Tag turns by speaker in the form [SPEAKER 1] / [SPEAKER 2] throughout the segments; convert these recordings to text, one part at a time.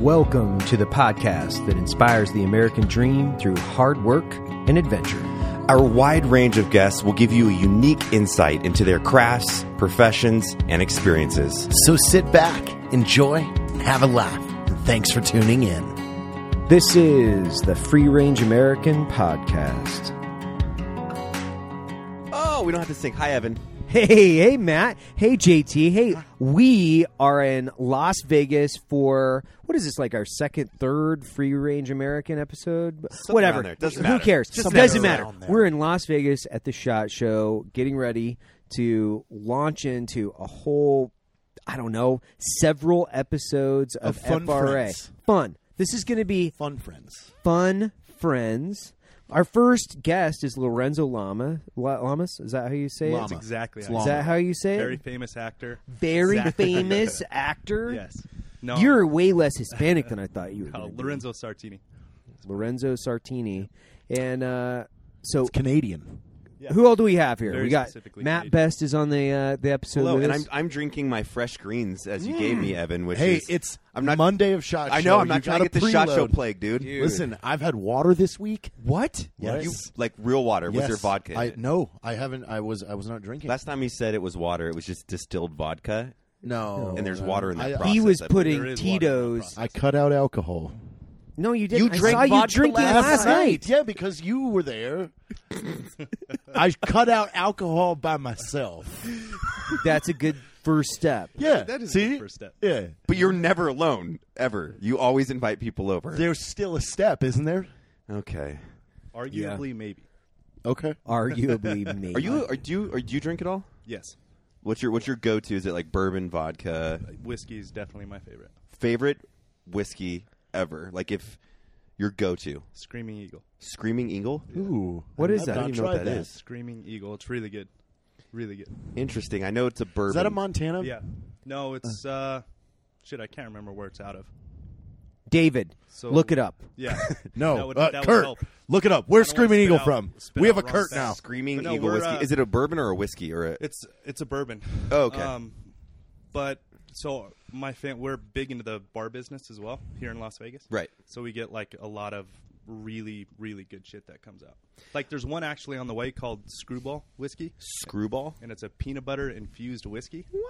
[SPEAKER 1] Welcome to the podcast that inspires the American dream through hard work and adventure.
[SPEAKER 2] Our wide range of guests will give you a unique insight into their crafts, professions, and experiences.
[SPEAKER 3] So sit back, enjoy, and have a laugh. And thanks for tuning in.
[SPEAKER 1] This is the Free Range American Podcast.
[SPEAKER 2] Oh, we don't have to sing. Hi, Evan.
[SPEAKER 1] Hey, hey, Matt. Hey, JT. Hey, we are in Las Vegas for what is this like our second, third free range American episode? Whatever.
[SPEAKER 2] around there. Doesn't
[SPEAKER 1] Who
[SPEAKER 2] matter.
[SPEAKER 1] cares?
[SPEAKER 2] Just
[SPEAKER 1] doesn't
[SPEAKER 2] somewhere
[SPEAKER 1] matter.
[SPEAKER 3] around there.
[SPEAKER 1] We're in Las Vegas at the Shot Show, getting ready to launch into a whole, I don't know, several episodes of,
[SPEAKER 3] Of fun
[SPEAKER 1] FRA.
[SPEAKER 3] friends.
[SPEAKER 1] Fun. This is going to be
[SPEAKER 3] Fun friends.
[SPEAKER 1] fun friends. Our first guest is Lorenzo Lama. La- Lamas? Is that how you say
[SPEAKER 3] Lama.
[SPEAKER 1] it?
[SPEAKER 4] Exactly.
[SPEAKER 3] It's
[SPEAKER 4] how I
[SPEAKER 3] long.
[SPEAKER 1] Is
[SPEAKER 4] said
[SPEAKER 1] that how you say
[SPEAKER 4] it.
[SPEAKER 1] it?
[SPEAKER 4] Very famous actor.
[SPEAKER 1] very
[SPEAKER 4] Exactly.
[SPEAKER 1] famous actor.
[SPEAKER 4] yes. No.
[SPEAKER 1] You're way less Hispanic than I thought you were.
[SPEAKER 4] uh,
[SPEAKER 1] gonna be.
[SPEAKER 4] Lorenzo Sartini.
[SPEAKER 1] Lorenzo Sartini. And uh, so,
[SPEAKER 3] Canadian.
[SPEAKER 1] who all do we have here?
[SPEAKER 4] Very
[SPEAKER 1] we got
[SPEAKER 4] specifically
[SPEAKER 1] Matt
[SPEAKER 4] Canadian.
[SPEAKER 1] Best is on the uh, the episode.
[SPEAKER 2] Hello,
[SPEAKER 1] with
[SPEAKER 2] and
[SPEAKER 1] us.
[SPEAKER 2] I'm I'm drinking my fresh greens as you gave me, Evan. Which
[SPEAKER 3] Hey,
[SPEAKER 2] is,
[SPEAKER 3] it's
[SPEAKER 2] I'm not.
[SPEAKER 3] Monday of Shot Show.
[SPEAKER 2] I know I'm
[SPEAKER 3] You
[SPEAKER 2] not trying
[SPEAKER 3] gotta
[SPEAKER 2] to get the shot show
[SPEAKER 3] preload.
[SPEAKER 2] plague, dude.
[SPEAKER 3] Listen, I've had water this week.
[SPEAKER 2] what?
[SPEAKER 3] Yes.
[SPEAKER 2] You, like real water? Was
[SPEAKER 3] Yes.
[SPEAKER 2] there vodka? in
[SPEAKER 3] I
[SPEAKER 2] it?
[SPEAKER 3] no, I haven't. I was I was not drinking.
[SPEAKER 2] Last time he said it was water, it was just distilled vodka,
[SPEAKER 3] no,
[SPEAKER 2] and there's
[SPEAKER 3] no.
[SPEAKER 2] water in
[SPEAKER 3] Oh, I-
[SPEAKER 2] that.
[SPEAKER 3] I,
[SPEAKER 2] process,
[SPEAKER 1] he was
[SPEAKER 2] I believe.
[SPEAKER 4] There
[SPEAKER 1] putting
[SPEAKER 4] is water in that
[SPEAKER 1] Tito's.
[SPEAKER 3] I cut out alcohol
[SPEAKER 1] No, you didn't.
[SPEAKER 2] You drank
[SPEAKER 1] I saw you
[SPEAKER 2] vodka
[SPEAKER 1] drinking
[SPEAKER 2] last
[SPEAKER 1] last night.
[SPEAKER 3] Yeah, because you were there. I cut out alcohol by myself.
[SPEAKER 1] That's a good first step.
[SPEAKER 3] Yeah,
[SPEAKER 4] That is a
[SPEAKER 3] see,
[SPEAKER 4] good first step.
[SPEAKER 3] Yeah,
[SPEAKER 2] But you're never alone ever. You always invite people over.
[SPEAKER 3] there's still a step, isn't there?
[SPEAKER 2] okay.
[SPEAKER 4] Arguably, maybe.
[SPEAKER 3] Okay.
[SPEAKER 1] Arguably, me.
[SPEAKER 2] Are you? Are, do you? Are, do you drink at all?
[SPEAKER 4] Yes.
[SPEAKER 2] What's your What's your go to? Is it like bourbon, vodka?
[SPEAKER 4] Whiskey is definitely my favorite.
[SPEAKER 2] Favorite whiskey ever? Like if your go to
[SPEAKER 4] Screaming Eagle.
[SPEAKER 2] Screaming Eagle.
[SPEAKER 3] Ooh,
[SPEAKER 1] What is
[SPEAKER 3] I've
[SPEAKER 1] that?
[SPEAKER 3] not
[SPEAKER 1] I don't
[SPEAKER 2] even know what
[SPEAKER 3] tried
[SPEAKER 2] that
[SPEAKER 3] that.
[SPEAKER 2] is.
[SPEAKER 4] Screaming Eagle. It's really good. Really good.
[SPEAKER 2] Interesting. I know it's a bourbon.
[SPEAKER 3] Is that a Montana?
[SPEAKER 4] Yeah. No, it's uh shit, I can't remember where it's out of.
[SPEAKER 1] David?
[SPEAKER 4] So-
[SPEAKER 1] look it up.
[SPEAKER 4] Yeah.
[SPEAKER 3] No,
[SPEAKER 4] That would-
[SPEAKER 3] uh,
[SPEAKER 4] that would
[SPEAKER 3] Kurt,
[SPEAKER 4] help.
[SPEAKER 3] look it up. Where's
[SPEAKER 4] don't
[SPEAKER 3] Screaming
[SPEAKER 4] wanna
[SPEAKER 3] Eagle
[SPEAKER 4] spit
[SPEAKER 3] from?
[SPEAKER 4] out- spit
[SPEAKER 3] We have a
[SPEAKER 4] out wrong
[SPEAKER 3] Kurt
[SPEAKER 4] facts.
[SPEAKER 3] now.
[SPEAKER 2] Screaming
[SPEAKER 4] But no,
[SPEAKER 2] Eagle
[SPEAKER 4] we're,
[SPEAKER 2] whiskey.
[SPEAKER 4] uh,
[SPEAKER 2] is it a bourbon or a whiskey or a?
[SPEAKER 4] It's it's a bourbon.
[SPEAKER 2] Oh, okay.
[SPEAKER 4] Um, but so my fam, we're big into the bar business as well here in Las Vegas.
[SPEAKER 2] Right.
[SPEAKER 4] So we get like a lot of really really good shit that comes out. Like there's one actually on the way called Screwball Whiskey,
[SPEAKER 2] Screwball.
[SPEAKER 4] and it's a peanut butter infused whiskey.
[SPEAKER 2] What?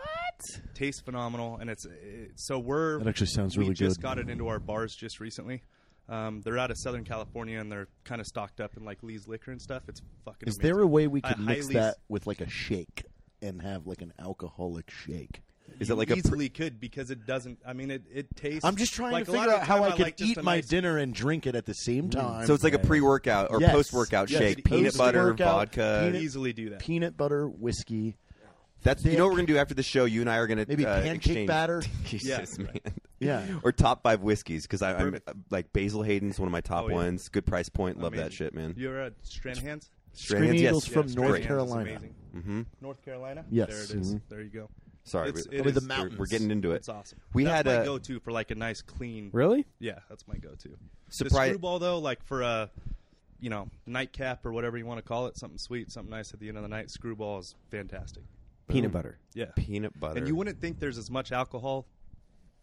[SPEAKER 4] Tastes phenomenal, and it's it, so we're.
[SPEAKER 3] That actually sounds
[SPEAKER 4] we
[SPEAKER 3] really
[SPEAKER 4] just
[SPEAKER 3] good.
[SPEAKER 4] got it into our bars just recently. Um, they're out of Southern California and they're kind of stocked up in like Lee's liquor and stuff. It's fucking.
[SPEAKER 3] Is
[SPEAKER 4] amazing.
[SPEAKER 3] there a way we
[SPEAKER 4] I
[SPEAKER 3] could mix
[SPEAKER 4] highly
[SPEAKER 3] that with like a shake and have like an alcoholic shake?
[SPEAKER 2] Is
[SPEAKER 4] you
[SPEAKER 2] it like a? pr-
[SPEAKER 4] easily could because it doesn't. I mean, it, it tastes.
[SPEAKER 3] I'm just trying
[SPEAKER 4] like
[SPEAKER 3] to
[SPEAKER 4] a lot
[SPEAKER 3] figure
[SPEAKER 4] of
[SPEAKER 3] out
[SPEAKER 4] the
[SPEAKER 3] how
[SPEAKER 4] time
[SPEAKER 3] I could
[SPEAKER 4] like just
[SPEAKER 3] eat
[SPEAKER 4] a
[SPEAKER 3] my
[SPEAKER 4] nice- Mm.
[SPEAKER 3] dinner and drink it at the same time.
[SPEAKER 2] so it's like a pre-workout or
[SPEAKER 3] Yes.
[SPEAKER 2] post-workout
[SPEAKER 3] Yes.
[SPEAKER 2] shake, peanut butter,
[SPEAKER 3] Post-workout,
[SPEAKER 2] vodka.
[SPEAKER 4] Could easily do that.
[SPEAKER 3] peanut butter whiskey,
[SPEAKER 2] That's you know what we're gonna do after the show. You and I are gonna
[SPEAKER 3] maybe
[SPEAKER 2] uh,
[SPEAKER 3] pancake
[SPEAKER 2] exchange.
[SPEAKER 3] batter.
[SPEAKER 2] Jesus,
[SPEAKER 4] Yeah.
[SPEAKER 2] man.
[SPEAKER 3] Yeah.
[SPEAKER 2] or top five whiskeys because I'm
[SPEAKER 4] Perfect.
[SPEAKER 2] uh, like Basil Hayden's one of my top
[SPEAKER 4] Oh, yeah.
[SPEAKER 2] ones. Good price point.
[SPEAKER 4] I
[SPEAKER 2] Love
[SPEAKER 4] mean,
[SPEAKER 2] that shit, man.
[SPEAKER 4] You're a Stranahan's
[SPEAKER 3] Screaming
[SPEAKER 2] Stranahan's, yes.
[SPEAKER 3] Eagles from
[SPEAKER 2] Yeah,
[SPEAKER 3] North
[SPEAKER 2] great.
[SPEAKER 3] Carolina.
[SPEAKER 4] Mm-hmm. North Carolina.
[SPEAKER 3] Yes.
[SPEAKER 4] There it is.
[SPEAKER 3] Mhm.
[SPEAKER 4] There you go.
[SPEAKER 2] Sorry,
[SPEAKER 4] It's-
[SPEAKER 2] we-
[SPEAKER 4] it
[SPEAKER 3] With
[SPEAKER 4] is-
[SPEAKER 3] the
[SPEAKER 2] we're,
[SPEAKER 3] mountains.
[SPEAKER 2] we're getting into it.
[SPEAKER 4] It's awesome.
[SPEAKER 2] We
[SPEAKER 4] that's
[SPEAKER 2] had
[SPEAKER 4] my
[SPEAKER 2] a
[SPEAKER 4] go-to for like a nice clean.
[SPEAKER 1] Really?
[SPEAKER 4] Yeah, that's my go-to.
[SPEAKER 2] Surprise-
[SPEAKER 4] The screwball though, like for a you know nightcap or whatever you want to call it, something sweet, something nice at the end of the night. Screwball is fantastic.
[SPEAKER 1] Peanut butter.
[SPEAKER 4] Yeah.
[SPEAKER 2] peanut butter.
[SPEAKER 4] And you wouldn't think there's as much alcohol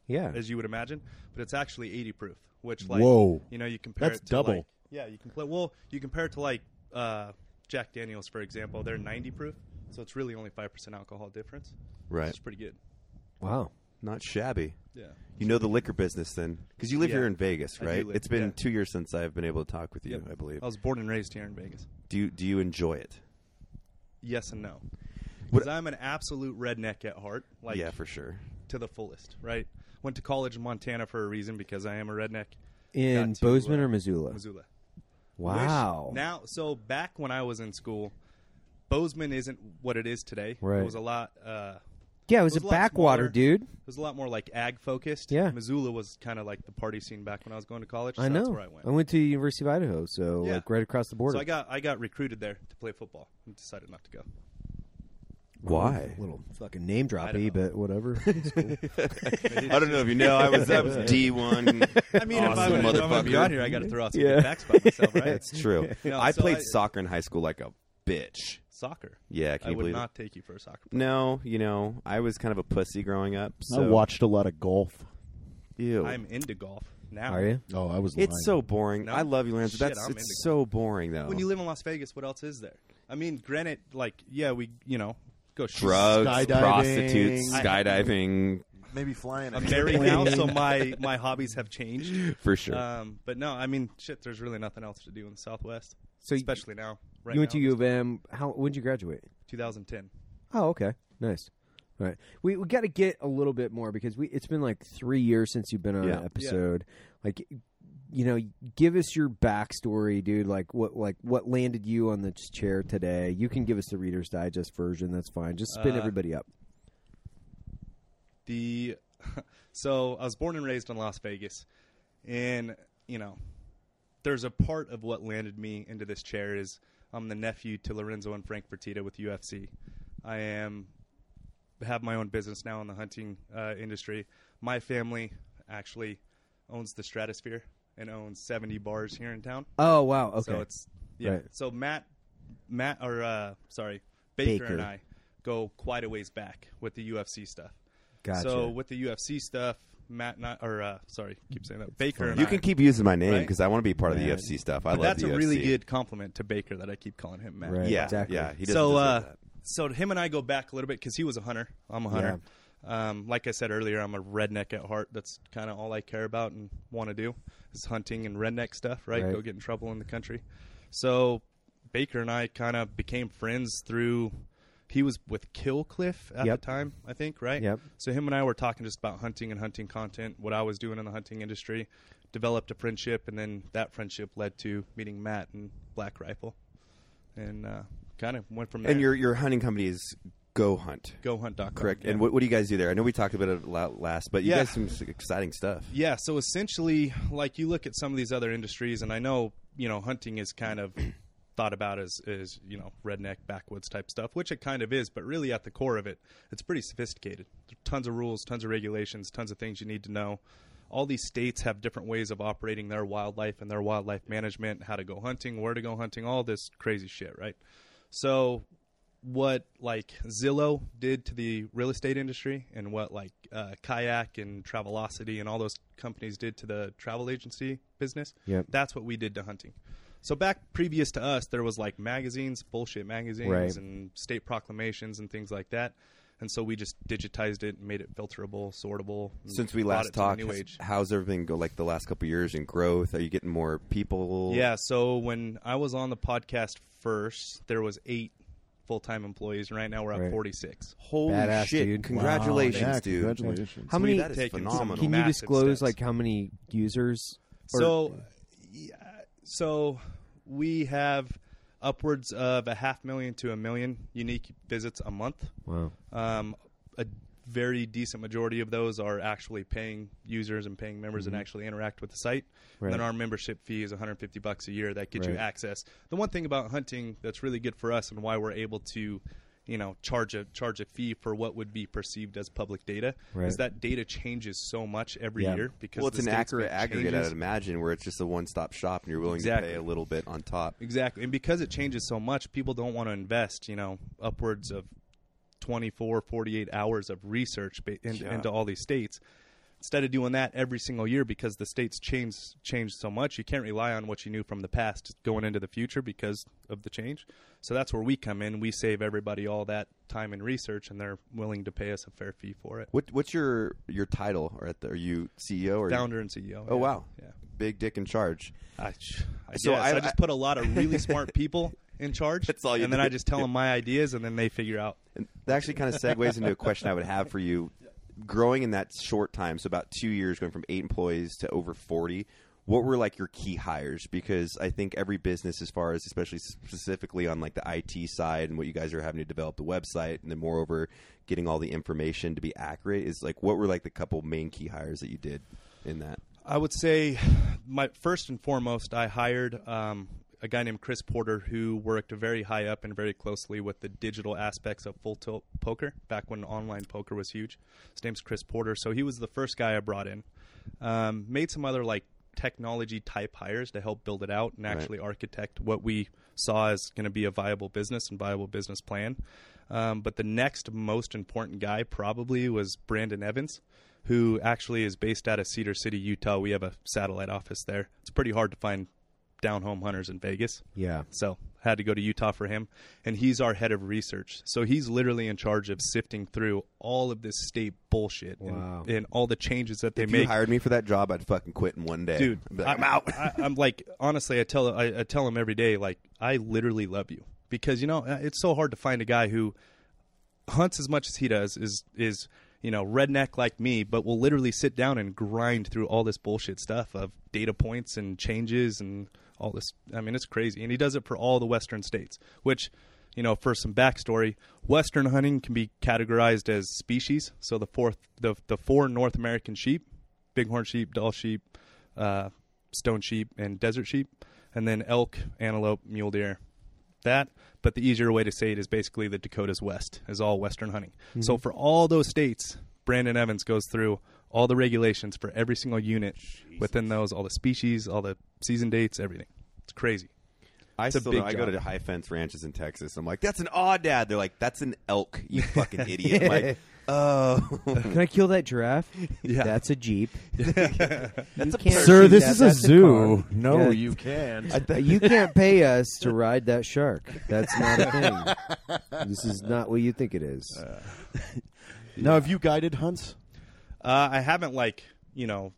[SPEAKER 1] Yeah.
[SPEAKER 4] as you would imagine, but it's actually 80 proof, which like
[SPEAKER 3] Whoa.
[SPEAKER 4] you know you compare
[SPEAKER 3] That's
[SPEAKER 4] it to
[SPEAKER 3] double.
[SPEAKER 4] like- yeah, you can play well, you compare it to like uh, Jack Daniels for example, they're 90 proof, so it's really only 5% alcohol difference.
[SPEAKER 2] Right.
[SPEAKER 4] It's pretty good.
[SPEAKER 1] Wow.
[SPEAKER 2] Not shabby.
[SPEAKER 4] Yeah.
[SPEAKER 2] You know the liquor business then, because you live
[SPEAKER 4] Yeah.
[SPEAKER 2] here in Vegas,
[SPEAKER 4] I do
[SPEAKER 2] right?
[SPEAKER 4] live-
[SPEAKER 2] It's been
[SPEAKER 4] yeah.
[SPEAKER 2] two years since I've been able to talk with you.
[SPEAKER 4] Yep.
[SPEAKER 2] I believe.
[SPEAKER 4] I was born and raised here in Vegas.
[SPEAKER 2] Do you do you enjoy it?
[SPEAKER 4] Yes and no.
[SPEAKER 2] What-
[SPEAKER 4] Because I'm an absolute redneck at heart, like
[SPEAKER 2] yeah, for sure.
[SPEAKER 4] to the fullest, right? Went to college in Montana for a reason because I am a redneck.
[SPEAKER 1] In
[SPEAKER 4] Got to,
[SPEAKER 1] Bozeman
[SPEAKER 4] uh,
[SPEAKER 1] or Missoula?
[SPEAKER 4] Missoula.
[SPEAKER 1] Wow.
[SPEAKER 4] Wish- Now, so back when I was in school, Bozeman isn't what it is today.
[SPEAKER 1] Right.
[SPEAKER 4] It was a lot. Uh,
[SPEAKER 1] yeah, it was,
[SPEAKER 4] it was
[SPEAKER 1] a
[SPEAKER 4] a lot
[SPEAKER 1] backwater,
[SPEAKER 4] smaller.
[SPEAKER 1] dude.
[SPEAKER 4] it was a lot more like ag focused.
[SPEAKER 1] Yeah.
[SPEAKER 4] Missoula was kind of like the party scene back when I was going to college. So
[SPEAKER 1] I know.
[SPEAKER 4] That's where I went.
[SPEAKER 1] to the University of Idaho, so
[SPEAKER 4] Yeah.
[SPEAKER 1] like right across the border.
[SPEAKER 4] so I got I got recruited there to play football. and decided not to go.
[SPEAKER 2] Why?
[SPEAKER 1] little fucking name droppy,
[SPEAKER 4] know.
[SPEAKER 1] but whatever.
[SPEAKER 2] I don't know if you know. I was I was D one.
[SPEAKER 4] I mean, if I
[SPEAKER 2] Awesome
[SPEAKER 4] would have
[SPEAKER 2] motherfucker.
[SPEAKER 4] been on here, I got to throw out some
[SPEAKER 1] Yeah.
[SPEAKER 4] good facts about myself, right?
[SPEAKER 2] That's true.
[SPEAKER 4] No,
[SPEAKER 2] I
[SPEAKER 4] so
[SPEAKER 2] played
[SPEAKER 4] I-
[SPEAKER 2] soccer in high school like a bitch.
[SPEAKER 4] soccer.
[SPEAKER 2] Yeah, can
[SPEAKER 4] I
[SPEAKER 2] you
[SPEAKER 4] would
[SPEAKER 2] believe it?
[SPEAKER 4] not take you for a soccer.
[SPEAKER 2] No, you know, I was kind of a pussy growing up. So
[SPEAKER 3] I watched a lot of golf.
[SPEAKER 2] Ew.
[SPEAKER 4] I'm into golf now.
[SPEAKER 1] Are you?
[SPEAKER 3] Oh, I was.
[SPEAKER 2] it's so boring.
[SPEAKER 4] No?
[SPEAKER 2] I love you, Lance.
[SPEAKER 4] Shit,
[SPEAKER 2] but That's
[SPEAKER 4] I'm into
[SPEAKER 2] it's so boring though.
[SPEAKER 4] When you live in Las Vegas, what else is there? I mean, granted, like yeah, we you know go shoot.
[SPEAKER 2] Drugs,
[SPEAKER 3] Skydiving.
[SPEAKER 2] prostitutes,
[SPEAKER 3] I-
[SPEAKER 2] skydiving,
[SPEAKER 3] maybe flying.
[SPEAKER 4] I'm married now, so my my hobbies have changed.
[SPEAKER 2] for sure.
[SPEAKER 4] Um, but no, I mean, shit. There's really nothing else to do in the Southwest,
[SPEAKER 1] So you-
[SPEAKER 4] especially now. Right
[SPEAKER 1] you went
[SPEAKER 4] now,
[SPEAKER 1] to U of M. How? When did you graduate?
[SPEAKER 4] 2010.
[SPEAKER 1] Oh, okay, nice. All right, we we got to get a little bit more because we it's been like three years since you've been on
[SPEAKER 2] Yeah.
[SPEAKER 1] an
[SPEAKER 2] Yeah.
[SPEAKER 1] episode. Like, you know, give us your backstory, dude. Like what like what landed you on this chair today? You can give us the Reader's Digest version. That's fine. Just spin
[SPEAKER 4] Uh,
[SPEAKER 1] everybody up.
[SPEAKER 4] the so I was born and raised in Las Vegas, and you know, there's a part of what landed me into this chair is I'm the nephew to Lorenzo and Frank Fertitta with UFC. I am have my own business now in the hunting uh, industry. My family actually owns the Stratosphere and owns 70 bars here in town.
[SPEAKER 1] Oh wow. Okay.
[SPEAKER 4] So it's yeah.
[SPEAKER 1] Right.
[SPEAKER 4] So Matt, Matt or uh, sorry, Baker,
[SPEAKER 1] Baker.
[SPEAKER 4] and I go quite a ways back with the UFC stuff.
[SPEAKER 1] Gotcha.
[SPEAKER 4] So with the UFC stuff, Matt and I, or uh, sorry, keep saying that Baker. And
[SPEAKER 2] you
[SPEAKER 4] I-
[SPEAKER 2] can keep using my name
[SPEAKER 4] Right?
[SPEAKER 2] because I want to be part of the
[SPEAKER 1] Yeah.
[SPEAKER 2] UFC stuff. I
[SPEAKER 4] But
[SPEAKER 2] love
[SPEAKER 4] that's
[SPEAKER 2] the
[SPEAKER 4] a
[SPEAKER 2] UFC.
[SPEAKER 4] really good compliment to Baker that I keep calling him Matt.
[SPEAKER 1] Right.
[SPEAKER 2] Yeah,
[SPEAKER 1] Exactly.
[SPEAKER 2] yeah. He doesn't
[SPEAKER 4] So,
[SPEAKER 2] deserve
[SPEAKER 4] uh,
[SPEAKER 2] that.
[SPEAKER 4] so him and I go back a little bit because he was a hunter. I'm a hunter. Um, like I said earlier, I'm a redneck at heart. That's kind of all I care about and want to do is hunting and redneck stuff. Right?
[SPEAKER 1] Right.
[SPEAKER 4] Go get in trouble in the country. So Baker and I kind of became friends through. He was with Killcliff at
[SPEAKER 1] Yep.
[SPEAKER 4] the time, I think, right?
[SPEAKER 1] Yep.
[SPEAKER 4] So him and I were talking just about hunting and hunting content, what I was doing in the hunting industry, developed a friendship, and then that friendship led to meeting Matt and Black Rifle, and uh, kind of went from there.
[SPEAKER 2] And your your hunting company is Go Hunt,
[SPEAKER 4] GoHunt.com.
[SPEAKER 2] correct?
[SPEAKER 4] Yeah.
[SPEAKER 2] And what, what do you guys do there? I know we talked about it a lot last, but you
[SPEAKER 4] Yeah.
[SPEAKER 2] guys do some exciting stuff.
[SPEAKER 4] yeah, so essentially, like you look at some of these other industries, and I know you know hunting is kind of thought about as as you know redneck backwoods type stuff, which it kind of is, but really at the core of it, it's pretty sophisticated. There are tons of rules, tons of regulations, tons of things you need to know. All these states have different ways of operating their wildlife and their wildlife management, how to go hunting, where to go hunting, all this crazy shit, right? So what like Zillow did to the real estate industry and what like uh, Kayak and Travelocity and all those companies did to the travel agency business.
[SPEAKER 1] Yep.
[SPEAKER 4] That's what we did to hunting. So back previous to us, there was like magazines, bullshit magazines,
[SPEAKER 1] Right.
[SPEAKER 4] and state proclamations and things like that. And so we just digitized it, and made it filterable, sortable. and
[SPEAKER 2] Since we
[SPEAKER 4] brought
[SPEAKER 2] last
[SPEAKER 4] it to the
[SPEAKER 2] talked,
[SPEAKER 4] new
[SPEAKER 2] has-
[SPEAKER 4] age.
[SPEAKER 2] how's everything go? Like the last couple of years in growth? Are you getting more people?
[SPEAKER 4] Yeah, so when I was on the podcast first, there was eight full time employees. Right now we're at
[SPEAKER 1] Right.
[SPEAKER 4] forty six.
[SPEAKER 2] Holy
[SPEAKER 1] Badass,
[SPEAKER 2] shit!
[SPEAKER 1] dude.
[SPEAKER 2] Congratulations,
[SPEAKER 3] yeah,
[SPEAKER 2] dude.
[SPEAKER 3] Congratulations.
[SPEAKER 1] how
[SPEAKER 2] Dude,
[SPEAKER 1] many?
[SPEAKER 2] that is
[SPEAKER 4] Taking some
[SPEAKER 2] phenomenal.
[SPEAKER 1] Can you
[SPEAKER 4] massive
[SPEAKER 1] disclose
[SPEAKER 4] steps.
[SPEAKER 1] like how many users? or-
[SPEAKER 4] So, yeah, so we have upwards of a half million to a million unique visits a month.
[SPEAKER 1] wow.
[SPEAKER 4] Um, a very decent majority of those are actually paying users and paying members that actually interact with the site.
[SPEAKER 1] Mm-hmm. Right.
[SPEAKER 4] And then our membership fee is 150 bucks a year that gets you
[SPEAKER 1] Right.
[SPEAKER 4] access. The one thing about hunting that's really good for us and why we're able to you know charge a charge a fee for what would be perceived as public data
[SPEAKER 1] Right.
[SPEAKER 4] is that data changes so much every
[SPEAKER 1] Yeah.
[SPEAKER 4] year because
[SPEAKER 2] Well, it's
[SPEAKER 4] the
[SPEAKER 2] an
[SPEAKER 4] state's
[SPEAKER 2] accurate
[SPEAKER 4] been
[SPEAKER 2] aggregate,
[SPEAKER 4] changes.
[SPEAKER 2] I'd imagine, where it's just a one stop shop, and you're willing
[SPEAKER 4] Exactly.
[SPEAKER 2] to pay a little bit on top.
[SPEAKER 4] Exactly. And because it changes so much, people don't want to invest, you know, upwards of 24, 48 hours of research ba- in,
[SPEAKER 2] Yeah.
[SPEAKER 4] into all these states. Instead of doing that every single year because the states change change so much, you can't rely on what you knew from the past going into the future because of the change. So that's where we come in. We save everybody all that time and research, and they're willing to pay us a fair fee for it.
[SPEAKER 2] What, what's your your title? Or at the, are you CEO or
[SPEAKER 4] Founder and CEO.
[SPEAKER 2] Oh
[SPEAKER 4] yeah.
[SPEAKER 2] wow,
[SPEAKER 4] Yeah.
[SPEAKER 2] big dick in charge.
[SPEAKER 4] I, I
[SPEAKER 2] So
[SPEAKER 4] so
[SPEAKER 2] I-
[SPEAKER 4] I, just
[SPEAKER 2] I-
[SPEAKER 4] put a lot of really smart people in charge.
[SPEAKER 2] That's all you
[SPEAKER 4] And then
[SPEAKER 2] do.
[SPEAKER 4] I just tell them my ideas, and then they figure out.
[SPEAKER 2] And that actually kind of segues into a question I would have for you. Growing in that short time, so about two years, going from eight employees to over forty, what were like your key hires? Because I think every business, as far as especially specifically on like the IT side and what you guys are having to develop the website, and then moreover getting all the information to be accurate, is like what were like the couple main key hires that you did in that?
[SPEAKER 4] I would say, my first and foremost, I hired um, a guy named Chris Porter who worked very high up and very closely with the digital aspects of full tilt poker back when online poker was huge. His name's Chris Porter, so he was the first guy I brought in. Um, made some other like technology type hires to help build it out and actually architect what we saw as going to be a viable business and viable business plan. Um, but the next most important guy probably was Brandon Evans, who actually is based out of Cedar City, Utah. We have a satellite office there. It's pretty hard to find down home hunters in Vegas.
[SPEAKER 1] Yeah.
[SPEAKER 4] So had to go to Utah for him. And he's our head of research. So he's literally in charge of sifting through all of this state bullshit and-
[SPEAKER 1] Wow.
[SPEAKER 4] and, all the changes that they
[SPEAKER 2] If you
[SPEAKER 4] make.
[SPEAKER 2] hired me for that job, I'd fucking quit in one day,
[SPEAKER 4] Dude,
[SPEAKER 2] I'd be like, I'm out.
[SPEAKER 4] I, I'm like, honestly, I tell I, I tell him every day, like, I literally love you because you know it's so hard to find a guy who hunts as much as he does is is you know redneck like me, but will literally sit down and grind through all this bullshit stuff of data points and changes and all this. I mean, it's crazy, and he does it for all the western states, which. You know, for some backstory, Western hunting can be categorized as species. So the fourth, the the four North American sheep, bighorn sheep, doll sheep, uh, stone sheep, and desert sheep, and then elk, antelope, mule deer. That, but the easier way to say it is basically the Dakotas West is all Western hunting. So for all those states, Brandon Evans goes through all the regulations for every single unit within those, all the species, all the season dates, everything. It's crazy.
[SPEAKER 2] I
[SPEAKER 4] a
[SPEAKER 2] still
[SPEAKER 4] big
[SPEAKER 2] know, I go
[SPEAKER 4] job.
[SPEAKER 2] to high fence ranches in Texas. I'm like, that's an odd dad. They're like, that's an elk. You fucking idiot. I'm like, oh,
[SPEAKER 1] Can I kill that giraffe?
[SPEAKER 4] Yeah.
[SPEAKER 1] That's a jeep.
[SPEAKER 2] that's a
[SPEAKER 1] can't-
[SPEAKER 2] person.
[SPEAKER 1] Sure,
[SPEAKER 3] Sir, this
[SPEAKER 1] that-
[SPEAKER 3] is a
[SPEAKER 1] that's a
[SPEAKER 3] zoo.
[SPEAKER 1] car.
[SPEAKER 3] no,
[SPEAKER 1] Yeah.
[SPEAKER 3] you can't.
[SPEAKER 1] you can't pay us to ride that shark. That's not a thing. this is not what you think it is.
[SPEAKER 3] Uh. Now, have you guided hunts?
[SPEAKER 4] Uh, I haven't like you know,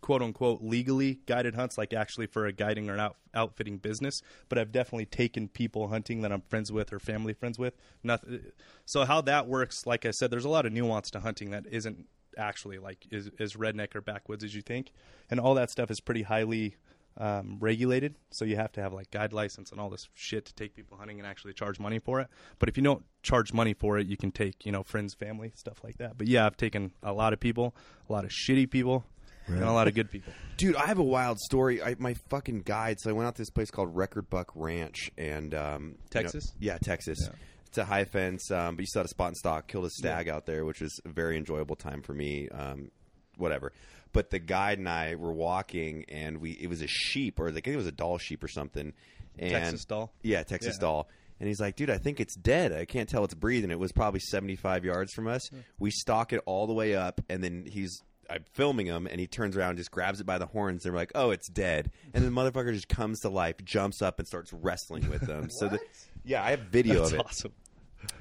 [SPEAKER 4] quote unquote legally guided hunts, like actually for a guiding or an out- outfitting business. But I've definitely taken people hunting that I'm friends with or family friends with. Nothing. So how that works, like I said, there's a lot of nuance to hunting that isn't actually like is as redneck or backwoods as you think, and all that stuff is pretty highly. Um, regulated, so you have to have like guide license and all this shit to take people hunting and actually charge money for it. But if you don't charge money for it, you can take you know friends, family, stuff like that. But yeah, I've taken a lot of people, a lot of shitty people, and a lot of good people.
[SPEAKER 2] Dude, I have a wild story. I, my fucking guide. So I went out to this place called Record Buck Ranch and um, you know-
[SPEAKER 4] Texas?
[SPEAKER 2] yeah, Texas. It's a high fence, um, but you still had a spot in stock. Killed a stag out there, which was a very enjoyable time for me. Um, whatever. But the guide and I were walking, and we it was a sheep, or like, I think it was a doll sheep or something. And,
[SPEAKER 4] Texas doll?
[SPEAKER 2] Yeah, Texas
[SPEAKER 4] Yeah.
[SPEAKER 2] doll. And he's like, dude, I think it's dead. I can't tell it's breathing. It was probably 75 yards from us.
[SPEAKER 4] Hmm.
[SPEAKER 2] We stalk it all the way up, and then he's I'm filming him, and he turns around and just grabs it by the horns. And we're like, oh, it's dead. And the motherfucker just comes to life, jumps up, and starts wrestling with them. so, the, yeah, I have video
[SPEAKER 4] That's
[SPEAKER 2] of it.
[SPEAKER 4] awesome.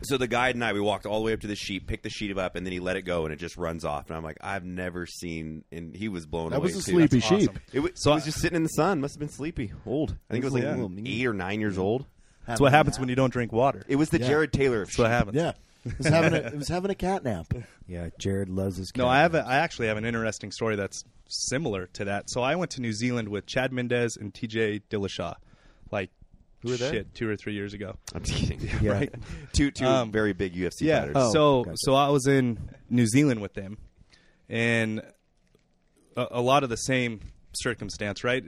[SPEAKER 2] So the guide and I, we walked all the way up to the sheep, picked the sheep up, and then he let it go, and it just runs off. And I'm like, I've never seen. And he was blown
[SPEAKER 3] That
[SPEAKER 2] away.
[SPEAKER 3] was a
[SPEAKER 2] too.
[SPEAKER 3] sleepy
[SPEAKER 4] That's awesome.
[SPEAKER 3] sheep.
[SPEAKER 2] It was,
[SPEAKER 4] So
[SPEAKER 2] it was
[SPEAKER 4] I-
[SPEAKER 2] just sitting in the sun. Must have been sleepy, old. I think it was like
[SPEAKER 4] Yeah.
[SPEAKER 2] eight or nine years old.
[SPEAKER 4] That's what happens when you don't drink water.
[SPEAKER 2] It was the
[SPEAKER 3] Yeah.
[SPEAKER 2] Jared Taylor of
[SPEAKER 4] That's what
[SPEAKER 2] sheep.
[SPEAKER 4] happens.
[SPEAKER 3] Yeah, it was having a, it was having a cat nap.
[SPEAKER 1] Yeah, Jared loves his.
[SPEAKER 4] No, I have. A, I actually have an interesting story that's similar to that. So I went to New Zealand with Chad Mendez and T.J. Dillashaw, like
[SPEAKER 2] they?
[SPEAKER 4] shit, two or three years ago.
[SPEAKER 2] I'm teasing.
[SPEAKER 1] Yeah.
[SPEAKER 2] Right? Two two
[SPEAKER 4] Um,
[SPEAKER 2] very big UFC
[SPEAKER 4] Yeah.
[SPEAKER 2] fighters.
[SPEAKER 1] Oh,
[SPEAKER 4] so
[SPEAKER 1] gotcha.
[SPEAKER 4] so I was in New Zealand with them, and a, a lot of the same circumstance, right?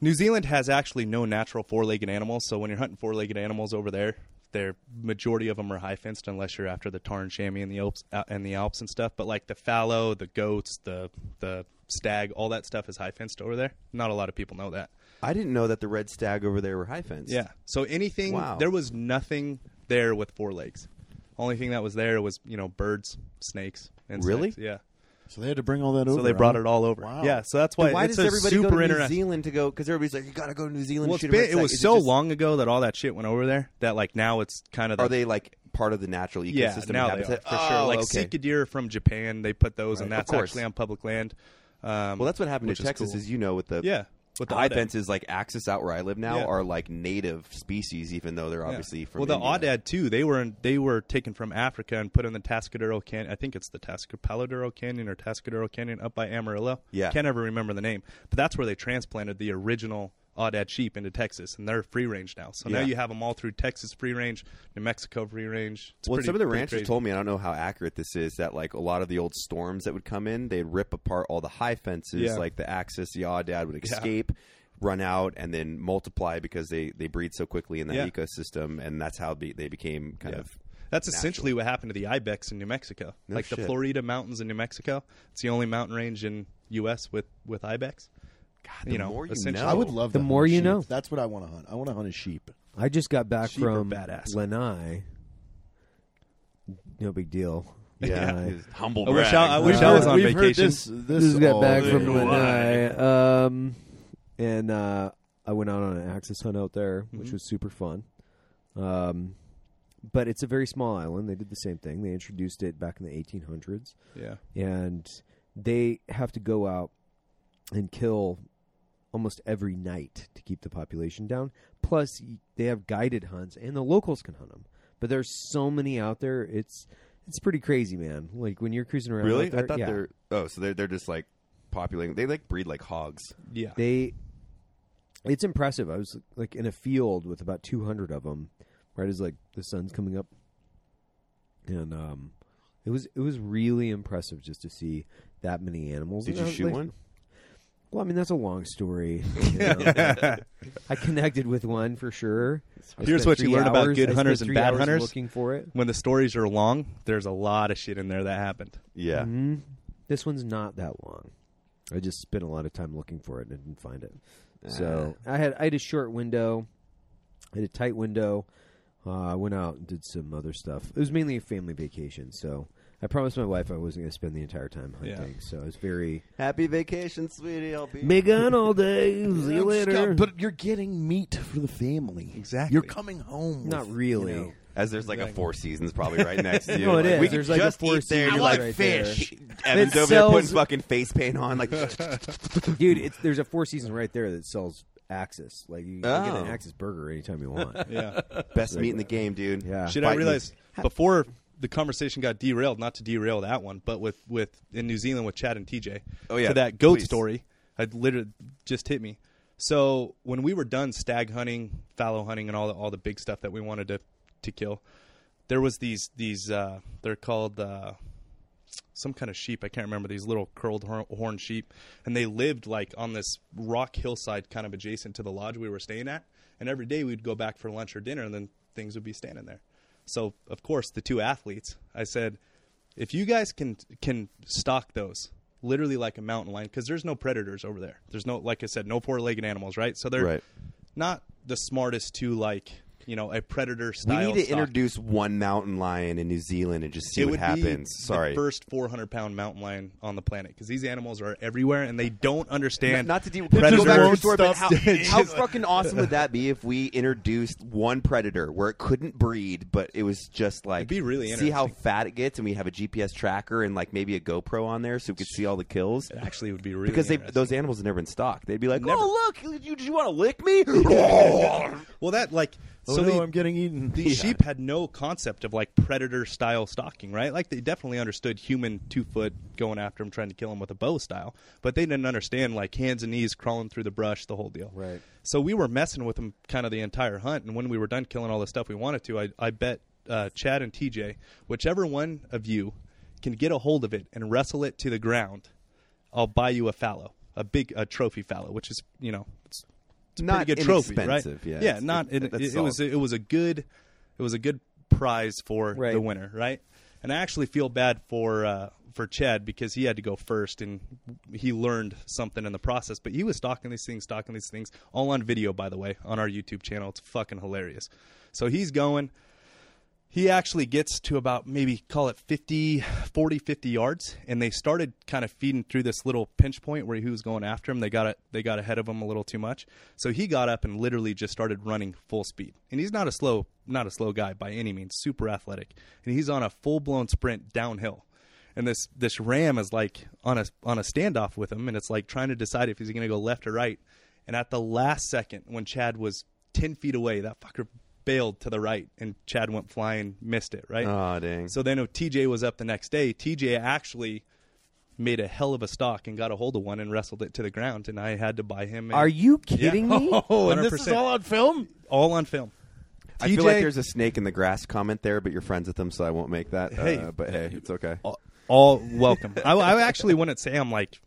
[SPEAKER 4] New Zealand has actually no natural four-legged animals, so when you're hunting four-legged animals over there, their majority of them are high fenced, unless you're after the Tarn chamois and the Alps uh, and the Alps and stuff. But like the fallow, the goats, the the stag, all that stuff is high fenced over there. Not a lot of people know that.
[SPEAKER 2] I didn't know that the red stag over there were high fenced.
[SPEAKER 4] Yeah. So anything
[SPEAKER 2] Wow.
[SPEAKER 4] there was nothing there with four legs. Only thing that was there was, you know, birds, snakes, and
[SPEAKER 2] Really?
[SPEAKER 4] Yeah.
[SPEAKER 3] So they had to bring all that over.
[SPEAKER 4] So they brought
[SPEAKER 3] huh?
[SPEAKER 4] it all over.
[SPEAKER 3] Wow.
[SPEAKER 4] Yeah. So that's why,
[SPEAKER 2] Why
[SPEAKER 4] it's
[SPEAKER 2] does
[SPEAKER 4] a
[SPEAKER 2] everybody
[SPEAKER 4] super
[SPEAKER 2] go to New
[SPEAKER 4] interest-
[SPEAKER 2] Zealand to go? Because everybody's like, you got to go to New Zealand. and
[SPEAKER 4] Well, it's
[SPEAKER 2] shoot a
[SPEAKER 4] been-
[SPEAKER 2] red
[SPEAKER 4] it
[SPEAKER 2] stag."
[SPEAKER 4] was
[SPEAKER 2] Is
[SPEAKER 4] so
[SPEAKER 2] just-
[SPEAKER 4] long ago that all that shit went over there that like now it's kind of the,
[SPEAKER 2] Are they like part of the natural ecosystem?
[SPEAKER 4] yeah
[SPEAKER 2] and
[SPEAKER 4] now they are,
[SPEAKER 2] habitat?
[SPEAKER 4] for sure
[SPEAKER 2] Oh,
[SPEAKER 4] like
[SPEAKER 2] okay.
[SPEAKER 4] Sika deer from Japan they put those and
[SPEAKER 2] Right. Of
[SPEAKER 4] that's
[SPEAKER 2] course.
[SPEAKER 4] actually on public land. Um,
[SPEAKER 2] Well, that's what happened
[SPEAKER 4] which
[SPEAKER 2] to
[SPEAKER 4] is
[SPEAKER 2] Texas,
[SPEAKER 4] cool.
[SPEAKER 2] as you know, with the
[SPEAKER 4] yeah with the
[SPEAKER 2] high
[SPEAKER 4] Audat.
[SPEAKER 2] fences like Axis out where I live now
[SPEAKER 4] Yeah.
[SPEAKER 2] are like native species, even though they're
[SPEAKER 4] Yeah.
[SPEAKER 2] obviously from.
[SPEAKER 4] well, the
[SPEAKER 2] India.
[SPEAKER 4] Audad too. They were in, they were taken from Africa and put in the Tascadero Canyon. I think it's the Tascadero Canyon or Tascadero Canyon up by Amarillo.
[SPEAKER 2] Yeah.
[SPEAKER 4] can't ever remember the name, but that's where they transplanted the original Audad sheep into Texas, and they're free range now. So now
[SPEAKER 2] Yeah.
[SPEAKER 4] you have them all through Texas free range, New Mexico free range. It's
[SPEAKER 2] well,
[SPEAKER 4] pretty-
[SPEAKER 2] some of the
[SPEAKER 4] pretty
[SPEAKER 2] ranchers
[SPEAKER 4] crazy.
[SPEAKER 2] told me, I don't know how accurate this is, that like a lot of the old storms that would come in, they'd rip apart all the high fences,
[SPEAKER 4] Yeah.
[SPEAKER 2] like the axis, the odd dad would escape, run out, and then multiply because they, they breed so quickly in that
[SPEAKER 4] Yeah.
[SPEAKER 2] ecosystem, and that's how be, they became kind of.
[SPEAKER 4] That's essentially what happened to the ibex in New Mexico, like the
[SPEAKER 2] shit.
[SPEAKER 4] Florida mountains in New Mexico. It's the only mountain range in U.S. with with ibex. God, you know,
[SPEAKER 2] more you
[SPEAKER 4] essentially.
[SPEAKER 2] know.
[SPEAKER 3] I would love
[SPEAKER 1] The
[SPEAKER 3] to hunt
[SPEAKER 1] more
[SPEAKER 3] a
[SPEAKER 1] you
[SPEAKER 3] sheep.
[SPEAKER 1] know.
[SPEAKER 3] That's what I want to hunt. I want to hunt a sheep.
[SPEAKER 1] I just got back
[SPEAKER 4] Sheep are
[SPEAKER 1] from
[SPEAKER 4] badass.
[SPEAKER 1] Lanai. No big deal.
[SPEAKER 2] Yeah, He's humble.
[SPEAKER 4] I wish
[SPEAKER 2] brag.
[SPEAKER 4] I, I wish I was on
[SPEAKER 3] Uh, We've heard
[SPEAKER 4] vacation.
[SPEAKER 3] this, this,
[SPEAKER 1] This got
[SPEAKER 3] all
[SPEAKER 1] back
[SPEAKER 3] day.
[SPEAKER 1] from
[SPEAKER 2] Why?
[SPEAKER 1] Lanai, um, and uh, I went out on an axis hunt out there,
[SPEAKER 2] Mm-hmm.
[SPEAKER 1] which was super fun. Um, but it's a very small island. They did the same thing. They introduced it back in the 1800s,
[SPEAKER 4] Yeah,
[SPEAKER 1] and they have to go out and kill almost every night to keep the population down. Plus, y- they have guided hunts, and the locals can hunt them. But there's so many out there. It's it's pretty crazy, man. Like when you're cruising around,
[SPEAKER 2] Really?
[SPEAKER 1] out there-
[SPEAKER 2] I thought
[SPEAKER 1] yeah.
[SPEAKER 2] they're oh, so they're they're just like populating. They like breed like hogs.
[SPEAKER 4] yeah.
[SPEAKER 1] they it's impressive i was like in a field with about 200 of them right as like the sun's coming up and um it was it was really impressive just to see that many animals
[SPEAKER 2] Did
[SPEAKER 1] And I
[SPEAKER 2] you
[SPEAKER 1] was
[SPEAKER 2] shoot
[SPEAKER 1] like-
[SPEAKER 2] one?
[SPEAKER 1] well i mean that's a long story you know. i connected with one for sure I
[SPEAKER 4] Here's
[SPEAKER 1] spent
[SPEAKER 4] what you
[SPEAKER 1] three
[SPEAKER 4] learn about
[SPEAKER 1] hours-
[SPEAKER 4] good
[SPEAKER 1] I spent
[SPEAKER 4] hunters and
[SPEAKER 1] three
[SPEAKER 4] bad
[SPEAKER 1] hours
[SPEAKER 4] hunters.
[SPEAKER 1] looking for it
[SPEAKER 4] When the stories are long, there's a lot of shit in there that happened.
[SPEAKER 2] Yeah.
[SPEAKER 1] Mhm. this one's not that long i just spent a lot of time looking for it and didn't find it So I had I had a short window, I had a tight window. Uh, I went out and did some other stuff. It was mainly a family vacation, so I promised my wife I wasn't going to spend the entire time hunting.
[SPEAKER 4] Yeah.
[SPEAKER 1] So I was very
[SPEAKER 2] Happy vacation, sweetie. I'll be.
[SPEAKER 1] big on all day. See
[SPEAKER 3] Yeah,
[SPEAKER 1] you
[SPEAKER 3] I'm just
[SPEAKER 1] later.
[SPEAKER 3] got- but you're getting meat for the family.
[SPEAKER 4] Exactly.
[SPEAKER 3] You're coming home.
[SPEAKER 1] Not
[SPEAKER 3] with,
[SPEAKER 1] really.
[SPEAKER 3] you know,
[SPEAKER 2] As there's like a Four Seasons probably right next to you.
[SPEAKER 1] No, it
[SPEAKER 2] like,
[SPEAKER 1] is.
[SPEAKER 2] We
[SPEAKER 1] There's
[SPEAKER 2] could
[SPEAKER 1] like a
[SPEAKER 2] just
[SPEAKER 1] Four
[SPEAKER 2] eat there.
[SPEAKER 1] Seasons
[SPEAKER 2] You're like
[SPEAKER 1] right
[SPEAKER 2] fish. Evan's
[SPEAKER 1] It
[SPEAKER 2] over there putting
[SPEAKER 1] sells-
[SPEAKER 2] fucking face paint on. Like, oh,
[SPEAKER 1] dude, it's, there's a Four Seasons right there that sells Axis. Like you can get an
[SPEAKER 2] Oh.
[SPEAKER 1] Axis burger anytime you want.
[SPEAKER 4] Yeah.
[SPEAKER 2] best meat in the game, dude.
[SPEAKER 1] Yeah.
[SPEAKER 4] Should
[SPEAKER 2] Fight
[SPEAKER 4] I
[SPEAKER 2] me.
[SPEAKER 4] realize before the conversation got derailed? Not to derail that one, but with with in New Zealand with Chad and TJ.
[SPEAKER 2] Oh, yeah,
[SPEAKER 4] to that goat
[SPEAKER 2] please.
[SPEAKER 4] story. I literally just hit me. So when we were done stag hunting, fallow hunting, and all the, all the big stuff that we wanted to to kill, there was these these uh, they're called. Uh, some kind of sheep. I can't remember these little curled hor- horn sheep, and they lived like on this rock hillside, kind of adjacent to the lodge we were staying at. And every day we'd go back for lunch or dinner, and then things would be standing there. So of course the two athletes, I said, if you guys can can stalk those literally like a mountain lion, because there's no predators over there. There's no, like I said, no four-legged animals, right? So they're
[SPEAKER 2] Right.
[SPEAKER 4] not the smartest to like you know a predator
[SPEAKER 2] We
[SPEAKER 4] style.
[SPEAKER 2] need to introduce one mountain lion in New Zealand and just see
[SPEAKER 4] it
[SPEAKER 2] what
[SPEAKER 4] would
[SPEAKER 2] happens.
[SPEAKER 4] Be
[SPEAKER 2] Sorry.
[SPEAKER 4] the first 400 pound mountain lion on the planet because these animals are everywhere and they don't understand.
[SPEAKER 2] not to deal
[SPEAKER 4] predator.
[SPEAKER 2] go back to the
[SPEAKER 4] Just
[SPEAKER 2] story, but how,
[SPEAKER 4] won't stop-
[SPEAKER 2] how fucking awesome would that be if we introduced one predator where it couldn't breed, but it was just like
[SPEAKER 4] It'd be really
[SPEAKER 2] see how
[SPEAKER 4] interesting.
[SPEAKER 2] fat it gets, and we have a GPS tracker and like maybe a GoPro on there so we could see all the kills.
[SPEAKER 4] It actually would be really
[SPEAKER 2] Because they,
[SPEAKER 4] interesting.
[SPEAKER 2] those animals have never been stocked. They'd be like,
[SPEAKER 4] Never.
[SPEAKER 2] "Oh look, you, you want to lick me?" yeah,
[SPEAKER 4] well that like
[SPEAKER 3] Oh
[SPEAKER 4] so
[SPEAKER 3] no,
[SPEAKER 4] the-
[SPEAKER 3] I'm getting eaten.
[SPEAKER 4] these sheep had no concept of like predator style stalking, right? Like they definitely understood human two foot going after them, trying to kill them with a bow style, but they didn't understand like hands and knees crawling through the brush, the whole deal.
[SPEAKER 1] Right.
[SPEAKER 4] So we were messing with them kind of the entire hunt, and when we were done killing all the stuff we wanted to, I, I bet uh, Chad and TJ, whichever one of you can get a hold of it and wrestle it to the ground, I'll buy you a fallow, a big a trophy fallow, which is you know it's it's a
[SPEAKER 2] Not
[SPEAKER 4] pretty good trophy, right?
[SPEAKER 2] inexpensive, yeah.
[SPEAKER 4] yeah,
[SPEAKER 2] It's-
[SPEAKER 4] not
[SPEAKER 2] it-
[SPEAKER 4] it,
[SPEAKER 2] that's
[SPEAKER 4] it, it was
[SPEAKER 2] solid.
[SPEAKER 4] it was a good it was a good prize for
[SPEAKER 1] Right.
[SPEAKER 4] the winner, right? And I actually feel bad for uh, for Chad because he had to go first and he learned something in the process. But he was stalking these things, stalking these things, all on video, by the way, on our YouTube channel. It's fucking hilarious. So he's going he actually gets to about maybe call it 50 40 50 yards and they started kind of feeding through this little pinch point where he was going after him they got it they got ahead of him a little too much so he got up and literally just started running full speed and he's not a slow not a slow guy by any means super athletic and he's on a full blown sprint downhill and this this ram is like on a on a standoff with him and it's like trying to decide if he's going to go left or right and at the last second when chad was 10 feet away that fucker bailed to the right and chad went flying missed it right
[SPEAKER 2] Aw, dang.
[SPEAKER 4] so then if tj was up the next day tj actually made a hell of a stalk and got a hold of one and wrestled it to the ground and i had to buy him a-
[SPEAKER 1] Are you kidding me?
[SPEAKER 3] Oh, and this is
[SPEAKER 4] 100%.
[SPEAKER 3] all on film.
[SPEAKER 4] all on film
[SPEAKER 2] I feel like there's a snake in the grass comment there, but you're friends with them, so I won't make that.
[SPEAKER 4] Hey.
[SPEAKER 2] uh, but hey, it's okay.
[SPEAKER 4] all, all welcome. I, I actually wouldn't say I'm like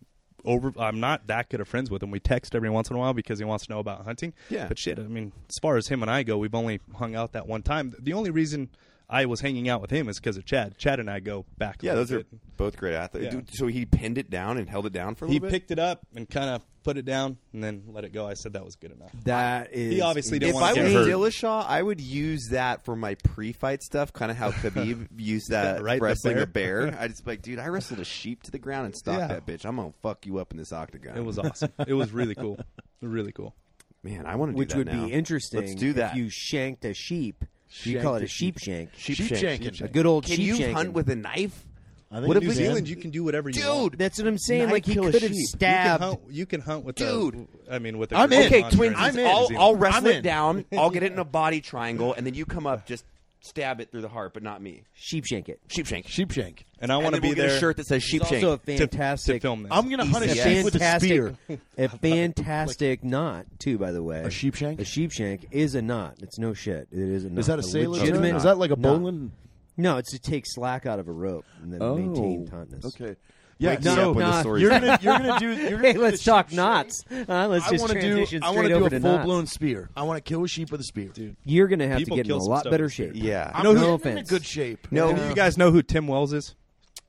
[SPEAKER 4] over. I'm not that good of friends with him. We text every once in a while because he wants to know about hunting.
[SPEAKER 2] Yeah.
[SPEAKER 4] But shit, I mean, as far as him and I go, we've only hung out that one time. The only reason I was hanging out with him is because of Chad. Chad and I go back. a
[SPEAKER 2] Yeah,
[SPEAKER 4] little
[SPEAKER 2] those are
[SPEAKER 4] bit.
[SPEAKER 2] both great athletes.
[SPEAKER 4] Yeah.
[SPEAKER 2] Dude, So he pinned it down and held it down for a
[SPEAKER 4] He
[SPEAKER 2] little bit.
[SPEAKER 4] picked it up and kind of put it down and then let it go. I said that was good enough.
[SPEAKER 1] That is.
[SPEAKER 4] He obviously didn't
[SPEAKER 2] If
[SPEAKER 4] want
[SPEAKER 2] I
[SPEAKER 4] to get
[SPEAKER 2] was
[SPEAKER 4] hurt.
[SPEAKER 2] Dillashaw, I would use that for my pre-fight stuff, kind of how Khabib used that
[SPEAKER 4] Right, the
[SPEAKER 2] wrestling a bear. I just be like, dude, I wrestled a sheep to the ground and stopped
[SPEAKER 4] Yeah.
[SPEAKER 2] that bitch. I'm gonna fuck you up in this octagon.
[SPEAKER 4] It was awesome. it was really cool. Really cool.
[SPEAKER 2] man, I want to do
[SPEAKER 1] which
[SPEAKER 2] that
[SPEAKER 1] would
[SPEAKER 2] now.
[SPEAKER 1] be interesting.
[SPEAKER 2] Let's do that.
[SPEAKER 1] If you shanked a sheep. you
[SPEAKER 3] Shanked
[SPEAKER 1] call it
[SPEAKER 3] a
[SPEAKER 1] a sheep shank.
[SPEAKER 2] sheep,
[SPEAKER 3] Sheep
[SPEAKER 2] shank.
[SPEAKER 3] shanking.
[SPEAKER 1] A good old
[SPEAKER 2] Can
[SPEAKER 1] sheep
[SPEAKER 2] you
[SPEAKER 1] shanking.
[SPEAKER 2] hunt with a knife?
[SPEAKER 3] I think
[SPEAKER 2] What if
[SPEAKER 3] you
[SPEAKER 2] we-
[SPEAKER 4] New
[SPEAKER 3] can.
[SPEAKER 4] Zealand, you can do whatever you want.
[SPEAKER 2] Dude,
[SPEAKER 1] That's what I'm saying.
[SPEAKER 2] Knife
[SPEAKER 1] like he
[SPEAKER 2] kill a
[SPEAKER 1] could have
[SPEAKER 2] sheep. You can
[SPEAKER 4] You can
[SPEAKER 1] stabbed.
[SPEAKER 4] hunt. You can hunt with
[SPEAKER 2] Dude.
[SPEAKER 4] A, I mean, with a
[SPEAKER 3] I'm in.
[SPEAKER 2] Okay,
[SPEAKER 4] Grimond
[SPEAKER 2] twins.
[SPEAKER 4] or anything.
[SPEAKER 2] I'll, I'll wrestle
[SPEAKER 3] I'm
[SPEAKER 2] it
[SPEAKER 3] in.
[SPEAKER 2] down. I'll get it in a body triangle, and then you come up, just stab it through the heart, but not me.
[SPEAKER 1] Sheep shank it.
[SPEAKER 2] Sheep shank.
[SPEAKER 3] sheep shank.
[SPEAKER 4] and I want
[SPEAKER 2] And
[SPEAKER 4] to
[SPEAKER 2] then
[SPEAKER 4] be
[SPEAKER 2] we'll get
[SPEAKER 4] there
[SPEAKER 2] a shirt that says sheep
[SPEAKER 1] It's
[SPEAKER 2] shank.
[SPEAKER 1] also a
[SPEAKER 4] to,
[SPEAKER 1] fantastic.
[SPEAKER 4] to film this.
[SPEAKER 3] I'm gonna hunt a
[SPEAKER 1] a
[SPEAKER 3] sheep with a
[SPEAKER 1] fantastic,
[SPEAKER 3] spear.
[SPEAKER 1] a fantastic knot too. By the way,
[SPEAKER 3] A sheep shank?
[SPEAKER 1] A sheep shank is a knot. It's no shit. It is a knot.
[SPEAKER 3] Is that a sailor?
[SPEAKER 1] legitimate
[SPEAKER 3] term? Is that like a
[SPEAKER 1] knot.
[SPEAKER 3] bowline?
[SPEAKER 1] No, it's to take slack out of a rope and then maintain tautness.
[SPEAKER 3] Oh, Okay. Yeah.
[SPEAKER 2] Wake
[SPEAKER 1] no,
[SPEAKER 2] me up when the
[SPEAKER 1] no.
[SPEAKER 2] story's
[SPEAKER 3] you're
[SPEAKER 2] done.
[SPEAKER 3] gonna you're gonna do. You're gonna
[SPEAKER 1] Hey,
[SPEAKER 3] do
[SPEAKER 1] let's
[SPEAKER 3] the
[SPEAKER 1] talk
[SPEAKER 3] sheep
[SPEAKER 1] knots. Uh, let's
[SPEAKER 3] shank. I
[SPEAKER 1] just
[SPEAKER 3] want to do.
[SPEAKER 1] transition
[SPEAKER 3] I
[SPEAKER 1] straight
[SPEAKER 3] want to do
[SPEAKER 1] over
[SPEAKER 3] a
[SPEAKER 1] to
[SPEAKER 3] full
[SPEAKER 1] knots.
[SPEAKER 3] blown spear. I want to kill a sheep with a spear. Dude,
[SPEAKER 1] You're gonna have to
[SPEAKER 4] People
[SPEAKER 1] get in a
[SPEAKER 4] kill some
[SPEAKER 1] lot
[SPEAKER 4] stuff
[SPEAKER 1] better
[SPEAKER 4] with
[SPEAKER 1] shape.
[SPEAKER 4] spears.
[SPEAKER 2] Yeah.
[SPEAKER 1] No
[SPEAKER 3] I know who's in
[SPEAKER 1] offense.
[SPEAKER 3] good shape.
[SPEAKER 2] No.
[SPEAKER 4] Do you guys know who Tim Wells is?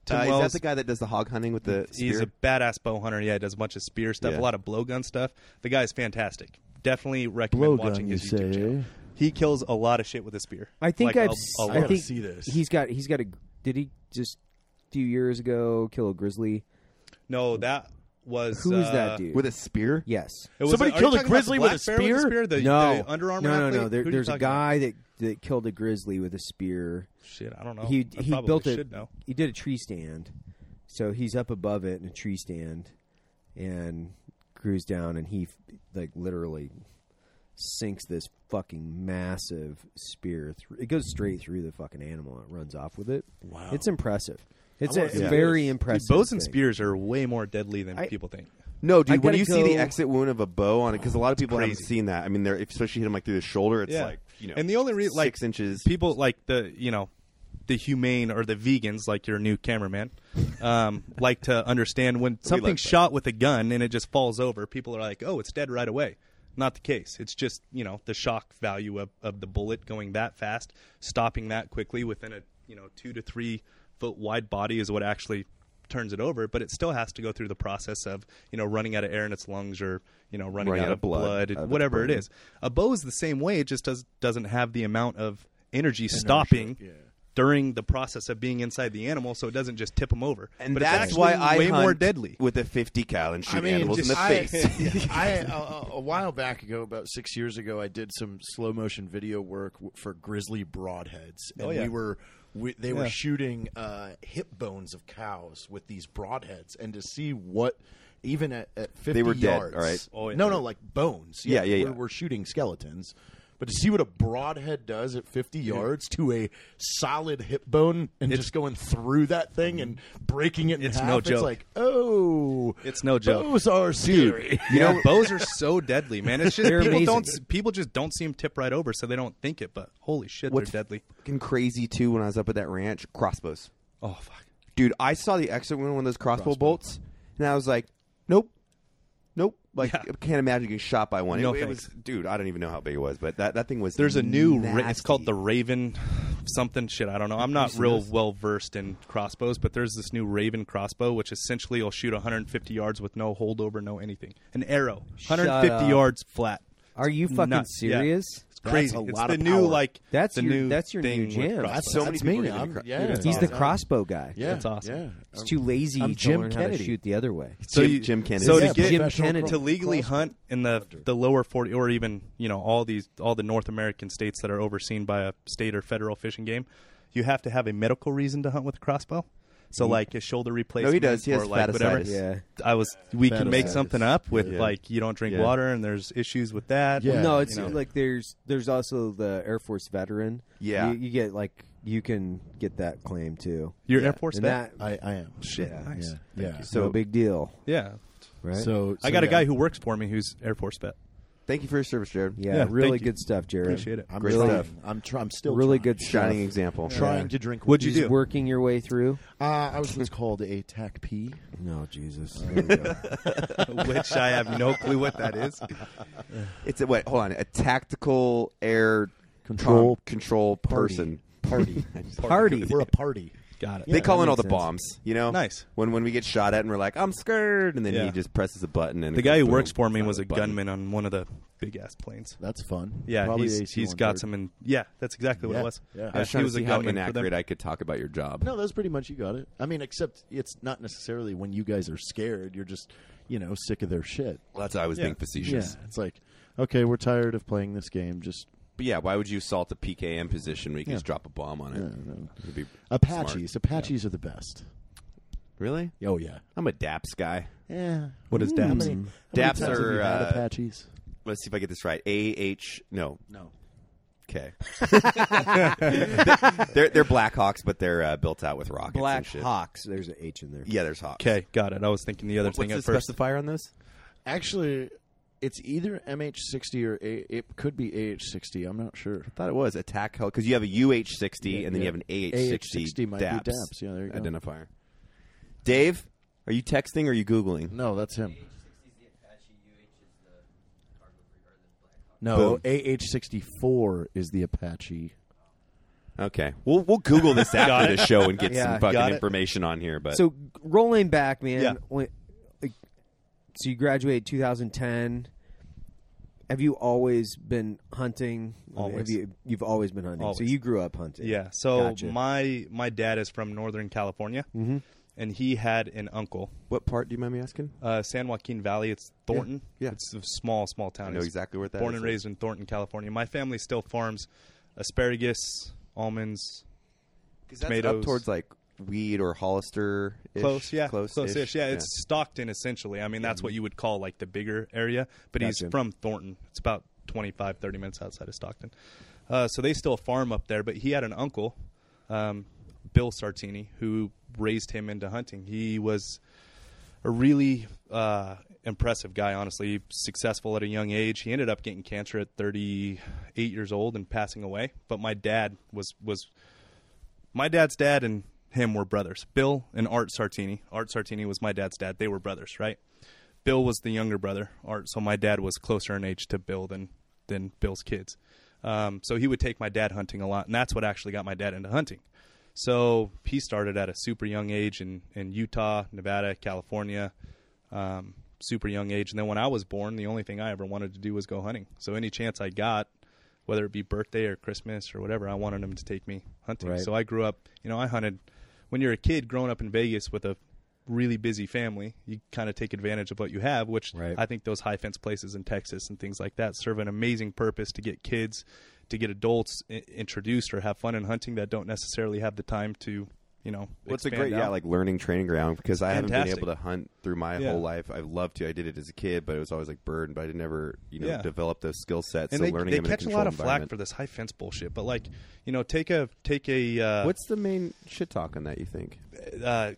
[SPEAKER 4] Tim
[SPEAKER 2] Uh,
[SPEAKER 4] Wells.
[SPEAKER 2] is that the guy that does the hog hunting with the spear?
[SPEAKER 4] He's a badass bow hunter. Yeah, does a bunch of spear stuff,
[SPEAKER 2] Yeah.
[SPEAKER 4] a lot of blowgun stuff. The guy's fantastic. Definitely
[SPEAKER 3] Blowgun,
[SPEAKER 4] recommend watching his
[SPEAKER 3] you
[SPEAKER 4] YouTube
[SPEAKER 3] say, eh?
[SPEAKER 4] channel. He kills a lot of shit with a spear.
[SPEAKER 1] I think
[SPEAKER 4] Like,
[SPEAKER 1] I've.
[SPEAKER 4] a-
[SPEAKER 1] s-
[SPEAKER 4] a
[SPEAKER 1] I
[SPEAKER 4] lot.
[SPEAKER 3] gotta
[SPEAKER 1] think
[SPEAKER 3] see this.
[SPEAKER 1] He's got. He's got a. Did he just a few years ago kill a grizzly?
[SPEAKER 4] no, that was
[SPEAKER 1] Who is
[SPEAKER 4] uh,
[SPEAKER 1] that dude?
[SPEAKER 2] with a spear?
[SPEAKER 1] yes.
[SPEAKER 4] it was-
[SPEAKER 3] Somebody
[SPEAKER 4] are you
[SPEAKER 3] killed a
[SPEAKER 4] talking about the
[SPEAKER 3] grizzly with
[SPEAKER 4] black
[SPEAKER 3] a
[SPEAKER 4] bear the
[SPEAKER 3] spear?
[SPEAKER 4] The,
[SPEAKER 1] no,
[SPEAKER 4] the Under Armour
[SPEAKER 1] no, no,
[SPEAKER 4] athlete?
[SPEAKER 1] no. There,
[SPEAKER 4] Who are you
[SPEAKER 1] there's a
[SPEAKER 4] talking about?
[SPEAKER 1] guy that that killed a grizzly with a spear.
[SPEAKER 4] Shit, I don't know.
[SPEAKER 1] he
[SPEAKER 4] I
[SPEAKER 1] he
[SPEAKER 4] probably
[SPEAKER 1] built
[SPEAKER 4] should
[SPEAKER 1] it.
[SPEAKER 4] know.
[SPEAKER 1] He did a tree stand, so he's up above it in a tree stand, and cruised down, and he like literally sinks this fucking massive spear. through It goes straight through the fucking animal. and It runs off with it.
[SPEAKER 3] Wow.
[SPEAKER 1] it's impressive. It's
[SPEAKER 3] I
[SPEAKER 1] a
[SPEAKER 3] wanna see
[SPEAKER 1] very
[SPEAKER 3] this.
[SPEAKER 1] impressive.
[SPEAKER 4] bows and
[SPEAKER 1] thing.
[SPEAKER 4] spears are way more deadly than
[SPEAKER 1] I-
[SPEAKER 4] people think.
[SPEAKER 2] No, dude.
[SPEAKER 1] I
[SPEAKER 2] when
[SPEAKER 1] gotta
[SPEAKER 2] you see the
[SPEAKER 1] go-
[SPEAKER 2] exit wound of a bow on it, because a lot of people haven't
[SPEAKER 4] crazy.
[SPEAKER 2] seen that. I mean, they're if especially hit him like through the shoulder. It's
[SPEAKER 4] Yeah.
[SPEAKER 2] like you know,
[SPEAKER 4] And the only re-
[SPEAKER 2] six
[SPEAKER 4] like,
[SPEAKER 2] inches.
[SPEAKER 4] people like the you know the humane or the vegans like your new cameraman um, like to understand when
[SPEAKER 2] like that.
[SPEAKER 4] something's shot with a gun and it just falls over people are like oh it's dead right away not the case it's just you know the shock value of, of the bullet going that fast stopping that quickly within a you know two to three foot wide body is what actually turns it over but it still has to go through the process of you know running out of air in its lungs or you know running, out, of blood,
[SPEAKER 2] out of its
[SPEAKER 4] whatever it
[SPEAKER 2] brain.
[SPEAKER 4] is a bow is the same way. It just does doesn't have the amount of energy stopping during the process of being inside the animal, so it doesn't just tip them over.
[SPEAKER 2] and
[SPEAKER 4] but
[SPEAKER 2] that's
[SPEAKER 4] it's
[SPEAKER 2] why
[SPEAKER 4] actually
[SPEAKER 2] I
[SPEAKER 4] way more
[SPEAKER 2] hunt
[SPEAKER 4] deadly.
[SPEAKER 2] with a fifty cal and shoot
[SPEAKER 3] I mean,
[SPEAKER 2] animals
[SPEAKER 3] just-
[SPEAKER 2] in the
[SPEAKER 3] I-
[SPEAKER 2] face.
[SPEAKER 3] I uh, a while back ago, about six years ago, I did some slow motion video work w- for grizzly broadheads, and
[SPEAKER 4] Oh, yeah.
[SPEAKER 3] we were we, they were
[SPEAKER 4] Yeah.
[SPEAKER 3] shooting uh, hip bones of cows with these broadheads, and to see what even at, at fifty
[SPEAKER 2] were dead,
[SPEAKER 3] yards,
[SPEAKER 2] all right.
[SPEAKER 4] Oh, yeah.
[SPEAKER 3] no, no, like bones.
[SPEAKER 2] Yeah, yeah, yeah.
[SPEAKER 3] We're, we're shooting skeletons. But to see what a broadhead does at 50 yards to a solid hip bone and just going through that thing and breaking it in
[SPEAKER 4] It's
[SPEAKER 3] half,
[SPEAKER 4] no
[SPEAKER 3] it's
[SPEAKER 4] joke.
[SPEAKER 3] like, oh,
[SPEAKER 4] It's no joke.
[SPEAKER 3] Bows are scary.
[SPEAKER 4] you know, bows are so deadly, man. It's just
[SPEAKER 1] They're
[SPEAKER 4] people don't
[SPEAKER 1] amazing.
[SPEAKER 4] s- people just don't see them tip right over, so they don't think it. But holy shit,
[SPEAKER 2] What's
[SPEAKER 4] they're deadly.
[SPEAKER 2] fucking crazy too? When I was up at that ranch, crossbows.
[SPEAKER 4] Oh fuck.
[SPEAKER 2] Dude, I saw the exit wound on one of those crossbow, bolts, and I was like, nope, nope. Like,
[SPEAKER 4] Yeah.
[SPEAKER 2] I can't imagine getting shot by one.
[SPEAKER 4] No
[SPEAKER 2] it, it was,
[SPEAKER 4] thanks.
[SPEAKER 2] dude. I don't even know how big it was, but that, that thing was.
[SPEAKER 4] There's a new. Ra- it's
[SPEAKER 2] nasty.
[SPEAKER 4] called the Raven, something shit. I don't know. I'm not real well versed in crossbows, but there's this new Raven crossbow, which essentially will shoot 150 yards with no holdover, no anything. An arrow,
[SPEAKER 1] Shut
[SPEAKER 4] 150
[SPEAKER 1] up.
[SPEAKER 4] yards flat.
[SPEAKER 1] Are you
[SPEAKER 4] It's
[SPEAKER 1] fucking
[SPEAKER 4] nuts. Yeah.
[SPEAKER 1] serious?
[SPEAKER 4] It's crazy.
[SPEAKER 3] a
[SPEAKER 4] it's
[SPEAKER 3] lot
[SPEAKER 4] the
[SPEAKER 3] of
[SPEAKER 4] new
[SPEAKER 3] power.
[SPEAKER 4] like
[SPEAKER 1] That's
[SPEAKER 4] the
[SPEAKER 1] your-
[SPEAKER 4] new
[SPEAKER 1] that's your new
[SPEAKER 4] thing with
[SPEAKER 1] jam.
[SPEAKER 4] crossbows.
[SPEAKER 2] So
[SPEAKER 3] That's so
[SPEAKER 2] many
[SPEAKER 3] that's
[SPEAKER 2] people are
[SPEAKER 3] me.
[SPEAKER 2] gonna
[SPEAKER 3] I'm,
[SPEAKER 2] cry.
[SPEAKER 3] yeah,
[SPEAKER 1] He's
[SPEAKER 2] Dude,
[SPEAKER 1] the
[SPEAKER 2] awesome.
[SPEAKER 1] crossbow guy.
[SPEAKER 3] Yeah,
[SPEAKER 4] That's awesome.
[SPEAKER 3] yeah.
[SPEAKER 1] He's too lazy
[SPEAKER 3] I'm
[SPEAKER 1] to
[SPEAKER 3] Jim
[SPEAKER 1] learn how to
[SPEAKER 3] Kennedy.
[SPEAKER 1] shoot the other way.
[SPEAKER 4] So
[SPEAKER 2] Jim-
[SPEAKER 4] you-
[SPEAKER 2] Jim Kennedy.
[SPEAKER 4] So
[SPEAKER 3] Yeah,
[SPEAKER 4] to get
[SPEAKER 1] Jim
[SPEAKER 4] to
[SPEAKER 1] Kennedy.
[SPEAKER 4] legally hunt in the the lower 40 or even you know all these all the North American states that are overseen by a state or federal fishing game, you have to have a medical reason to hunt with a crossbow. So like a shoulder replacement.
[SPEAKER 2] does. Mm. He has
[SPEAKER 4] or like whatever.
[SPEAKER 2] faticitis.
[SPEAKER 1] Yeah.
[SPEAKER 4] I was. We can make
[SPEAKER 3] Faticitis.
[SPEAKER 4] something up with
[SPEAKER 2] Yeah.
[SPEAKER 4] like you don't drink
[SPEAKER 2] Yeah.
[SPEAKER 4] water and there's issues with that.
[SPEAKER 3] Yeah.
[SPEAKER 1] no, it's
[SPEAKER 4] you know.
[SPEAKER 1] like there's there's also the Air Force veteran.
[SPEAKER 2] Yeah.
[SPEAKER 1] you, you get like you can get that claim too.
[SPEAKER 4] your Air Force
[SPEAKER 1] And
[SPEAKER 4] vet.
[SPEAKER 1] that
[SPEAKER 3] I, I am.
[SPEAKER 4] Shit, nice.
[SPEAKER 3] Yeah.
[SPEAKER 1] so
[SPEAKER 2] So-
[SPEAKER 1] big deal,
[SPEAKER 4] Yeah.
[SPEAKER 1] right?
[SPEAKER 3] So,
[SPEAKER 4] I got a guy who works for me who's Air Force vet.
[SPEAKER 2] Thank you for your service, Jared.
[SPEAKER 1] yeah,
[SPEAKER 4] yeah,
[SPEAKER 1] really
[SPEAKER 4] thank you.
[SPEAKER 1] good stuff, Jared.
[SPEAKER 4] Appreciate it.
[SPEAKER 3] I'm
[SPEAKER 2] Great
[SPEAKER 3] trying.
[SPEAKER 2] stuff.
[SPEAKER 3] I'm, tr- I'm still
[SPEAKER 1] Really
[SPEAKER 3] trying.
[SPEAKER 1] good
[SPEAKER 2] Shining
[SPEAKER 1] stuff.
[SPEAKER 2] example.
[SPEAKER 3] Trying to drink.
[SPEAKER 4] What'd you
[SPEAKER 1] He's
[SPEAKER 4] do?
[SPEAKER 1] working your way through.
[SPEAKER 3] Uh, I was what's called a TAC P.
[SPEAKER 1] No, Jesus. There we go.
[SPEAKER 4] Which I have no clue what that is.
[SPEAKER 2] It's a wait. Hold on. A tactical air
[SPEAKER 3] Control
[SPEAKER 2] com- control person.
[SPEAKER 1] Party.
[SPEAKER 2] Party.
[SPEAKER 1] Party.
[SPEAKER 3] We're a party.
[SPEAKER 4] Got it.
[SPEAKER 2] they call
[SPEAKER 1] that
[SPEAKER 2] in all the
[SPEAKER 1] makes sense.
[SPEAKER 2] bombs, you know.
[SPEAKER 4] Nice.
[SPEAKER 2] When when we get shot at and we're like, I'm scared, and then
[SPEAKER 4] Yeah.
[SPEAKER 2] he just presses a button and
[SPEAKER 4] The
[SPEAKER 2] it
[SPEAKER 4] guy
[SPEAKER 2] goes
[SPEAKER 4] who
[SPEAKER 2] boom,
[SPEAKER 4] works for me
[SPEAKER 2] not
[SPEAKER 4] was a
[SPEAKER 2] button.
[SPEAKER 4] gunman on one of the big ass planes.
[SPEAKER 3] That's fun.
[SPEAKER 4] Yeah,
[SPEAKER 3] Probably
[SPEAKER 4] he's,
[SPEAKER 3] AC-130.
[SPEAKER 4] he's got some, and yeah, that's exactly what
[SPEAKER 3] Yeah,
[SPEAKER 4] it was.
[SPEAKER 3] yeah.
[SPEAKER 2] I
[SPEAKER 3] I was
[SPEAKER 2] was
[SPEAKER 4] he
[SPEAKER 2] trying
[SPEAKER 4] was
[SPEAKER 2] to
[SPEAKER 4] a
[SPEAKER 2] see how
[SPEAKER 4] gunman for them.
[SPEAKER 2] inaccurate I could talk about your job.
[SPEAKER 3] No, that's pretty much you got it. I mean, except it's not necessarily when you guys are scared. You're just, you know, sick of their shit.
[SPEAKER 2] Well, that's how I was
[SPEAKER 4] Yeah.
[SPEAKER 2] being facetious.
[SPEAKER 3] It's like, okay, we're tired of playing this game. Just
[SPEAKER 2] But yeah, why would you assault the PKM position when you can
[SPEAKER 3] Yeah.
[SPEAKER 2] just drop a bomb on it?
[SPEAKER 3] Yeah, no.
[SPEAKER 2] It'd be
[SPEAKER 3] Apaches.
[SPEAKER 2] smart.
[SPEAKER 3] Apaches are the best.
[SPEAKER 2] Really?
[SPEAKER 3] Oh yeah.
[SPEAKER 2] I'm a DAPS guy.
[SPEAKER 3] Yeah.
[SPEAKER 4] What is
[SPEAKER 3] Mm. How
[SPEAKER 4] DAPS?
[SPEAKER 3] many- how many
[SPEAKER 2] DAPS
[SPEAKER 3] times have you
[SPEAKER 2] are,
[SPEAKER 3] had
[SPEAKER 2] uh,
[SPEAKER 3] Apaches.
[SPEAKER 2] Let's see if I get this right. A H no.
[SPEAKER 3] No.
[SPEAKER 2] Okay. they're they're Blackhawks, but they're uh, built out with rockets.
[SPEAKER 1] Black
[SPEAKER 2] and shit.
[SPEAKER 1] Hawks. There's an H in there.
[SPEAKER 2] Yeah, there's Hawks.
[SPEAKER 4] Okay, got it. I was thinking the other
[SPEAKER 2] What's
[SPEAKER 4] thing
[SPEAKER 2] the
[SPEAKER 4] at first.
[SPEAKER 2] specifier on those?
[SPEAKER 3] Actually, it's either MH60 or A- it could be AH60. I'm not sure.
[SPEAKER 2] I thought it was attack hell because you have a UH sixty and then
[SPEAKER 3] yeah.
[SPEAKER 2] you have an AH sixty
[SPEAKER 3] AH-60 might be DAPS. Yeah, there you go.
[SPEAKER 2] Identifier. Dave, are you texting or are you googling?
[SPEAKER 3] No, that's him.
[SPEAKER 2] Boom.
[SPEAKER 3] No, AH64 is the Apache.
[SPEAKER 2] Okay, we'll we'll Google this
[SPEAKER 4] Got
[SPEAKER 2] after
[SPEAKER 4] it.
[SPEAKER 2] the show and get
[SPEAKER 1] Yeah,
[SPEAKER 2] some fucking
[SPEAKER 4] got it.
[SPEAKER 2] information on here. But
[SPEAKER 1] So rolling back, man.
[SPEAKER 4] Yeah.
[SPEAKER 1] when- like, so you graduated 2010. Have you always been hunting?
[SPEAKER 4] Always.
[SPEAKER 1] Have you, you've always been hunting. So
[SPEAKER 4] Always.
[SPEAKER 1] you grew up hunting.
[SPEAKER 4] Yeah. So
[SPEAKER 1] Gotcha.
[SPEAKER 4] my my dad is from Northern California,
[SPEAKER 2] Mm-hmm.
[SPEAKER 4] and he had an uncle,
[SPEAKER 2] what part do you mind me asking?
[SPEAKER 4] uh, San Joaquin Valley. It's Thornton.
[SPEAKER 2] Yeah, yeah.
[SPEAKER 4] It's a small small town.
[SPEAKER 2] I know
[SPEAKER 4] It's
[SPEAKER 2] exactly where that
[SPEAKER 4] born
[SPEAKER 2] is.
[SPEAKER 4] and raised in Thornton, California. My family still farms asparagus, almonds.
[SPEAKER 2] Because up
[SPEAKER 4] tomatoes.
[SPEAKER 2] towards like weed or Hollister.
[SPEAKER 4] Close, yeah,
[SPEAKER 2] close,
[SPEAKER 4] close-ish. Yeah, it's Stockton essentially. I mean, that's what you would call like the bigger area, but
[SPEAKER 1] Gotcha.
[SPEAKER 4] he's from Thornton. It's about 25, 30 minutes outside of Stockton. Uh, so they still farm up there, but he had an uncle, um, Bill Sartini, who raised him into hunting. He was a really uh, impressive guy, honestly. Successful at a young age. He ended up getting cancer at 38 years old and passing away. But my dad was was my dad's dad and him were brothers. Bill and Art Sartini. Art Sartini was my dad's dad. They were brothers, right? Bill was the younger brother. Art, so my dad was closer in age to Bill than than Bill's kids. Um, so he would take my dad hunting a lot, and that's what actually got my dad into hunting. So he started at a super young age in in Utah, Nevada, California. Um, super young age, and then when I was born, the only thing I ever wanted to do was go hunting. So any chance I got, whether it be birthday or Christmas or whatever, I wanted him to take me hunting.
[SPEAKER 1] Right.
[SPEAKER 4] So I grew up, you know, I hunted. When you're a kid growing up in Vegas with a really busy family, you kind of take advantage of what you have, which
[SPEAKER 1] Right.
[SPEAKER 4] I think those high fence places in Texas and things like that serve an amazing purpose to get kids, to get adults I- introduced or have fun in hunting that don't necessarily have the time to, you know,
[SPEAKER 2] What's a
[SPEAKER 4] expand
[SPEAKER 2] great yeah
[SPEAKER 4] out.
[SPEAKER 2] like learning training ground because I haven't
[SPEAKER 4] Fantastic.
[SPEAKER 2] been able to hunt through my
[SPEAKER 4] Yeah.
[SPEAKER 2] whole life. I've loved to. I did it as a kid, but it was always like bird, but I never you know
[SPEAKER 4] Yeah.
[SPEAKER 2] develop those skill sets.
[SPEAKER 4] and
[SPEAKER 2] so
[SPEAKER 4] they,
[SPEAKER 2] learning
[SPEAKER 4] they
[SPEAKER 2] them
[SPEAKER 4] catch
[SPEAKER 2] in
[SPEAKER 4] a
[SPEAKER 2] a,
[SPEAKER 4] lot of flack for this high fence bullshit, but like, you know, take a take a uh,
[SPEAKER 2] What's the main shit talk on that? You think?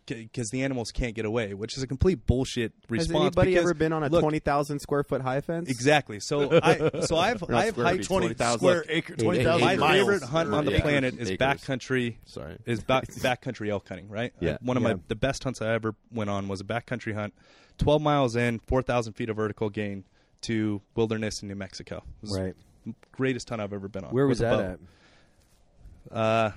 [SPEAKER 4] because the animals can't get away, which is a complete bullshit response.
[SPEAKER 2] Has anybody
[SPEAKER 4] because-
[SPEAKER 2] ever been on a
[SPEAKER 4] look,
[SPEAKER 2] twenty thousand square foot high fence?
[SPEAKER 4] Exactly. So I so I've
[SPEAKER 2] not
[SPEAKER 4] I've
[SPEAKER 2] square
[SPEAKER 4] hiked
[SPEAKER 2] feet, 20,000
[SPEAKER 4] square
[SPEAKER 3] acre,
[SPEAKER 4] My
[SPEAKER 1] 20,000
[SPEAKER 3] miles.
[SPEAKER 4] favorite hunt on the
[SPEAKER 2] Yeah.
[SPEAKER 4] planet is
[SPEAKER 2] Acres.
[SPEAKER 4] backcountry.
[SPEAKER 2] Sorry.
[SPEAKER 4] is back backcountry elk hunting. Right. Uh,
[SPEAKER 2] Yeah.
[SPEAKER 4] One of
[SPEAKER 1] Yeah.
[SPEAKER 4] my the best hunts I ever went on was a backcountry hunt, twelve miles in, four thousand feet of vertical gain to wilderness in New Mexico. It was
[SPEAKER 1] Right.
[SPEAKER 4] the Greatest hunt I've ever been on.
[SPEAKER 1] Where was
[SPEAKER 4] With a
[SPEAKER 1] that
[SPEAKER 4] bow.
[SPEAKER 1] at?
[SPEAKER 4] Uh,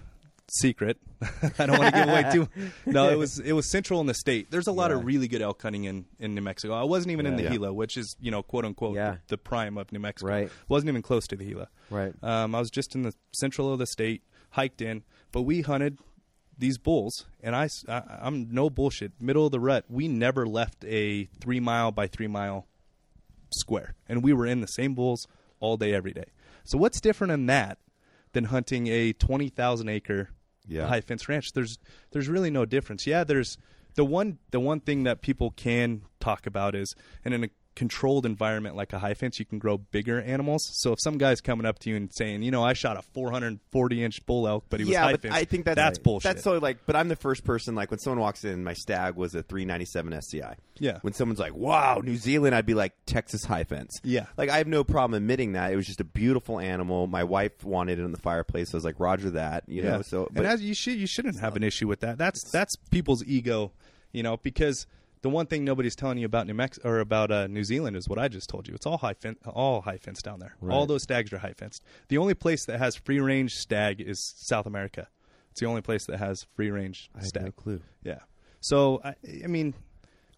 [SPEAKER 4] secret. I don't want to give away too. No, it was it was central in the state. There's a lot
[SPEAKER 1] Yeah.
[SPEAKER 4] of really good elk hunting in, in New Mexico. I wasn't even in the
[SPEAKER 2] Yeah.
[SPEAKER 4] Gila, which is you know quote unquote
[SPEAKER 1] Yeah.
[SPEAKER 4] the, the prime of New Mexico.
[SPEAKER 1] Right.
[SPEAKER 4] Wasn't even close to the Gila.
[SPEAKER 1] Right.
[SPEAKER 4] Um, I was just in the central of the state, hiked in, but we hunted these bulls, and I, am no bullshit. Middle of the rut, we never left a three mile by three mile square, and we were in the same bulls all day every day. So what's different in that than hunting a twenty thousand acre
[SPEAKER 2] Yeah.
[SPEAKER 4] high fence ranch? There's there's really no difference. Yeah, there's the one the one thing that people can talk about is and in a controlled environment like a high fence, you can grow bigger animals. So if some guy's coming up to you and saying, you know, I shot a 440 inch bull elk, but he was
[SPEAKER 2] yeah,
[SPEAKER 4] high
[SPEAKER 2] but
[SPEAKER 4] fence,
[SPEAKER 2] I think that's
[SPEAKER 4] that's bullshit.
[SPEAKER 2] That's so like, but I'm the first person. Like when someone walks in, my stag was a 397 SCI.
[SPEAKER 4] Yeah.
[SPEAKER 2] When someone's like, "Wow, New Zealand," I'd be like, "Texas high fence."
[SPEAKER 4] Yeah.
[SPEAKER 2] Like I have no problem admitting that it was just a beautiful animal. My wife wanted it in the fireplace. So I was like, "Roger that," you know. So, but
[SPEAKER 4] and as you should you shouldn't have an issue with that. That's that's people's ego, you know, because The one thing nobody's telling you about New Mexico or about uh, New Zealand is what I just told you. It's all high fin- all high fence down there. All those stags are high fenced. The only place that has free range stag is South America. It's the only place that has free range stag.
[SPEAKER 2] clue.
[SPEAKER 4] Yeah. So I, I mean,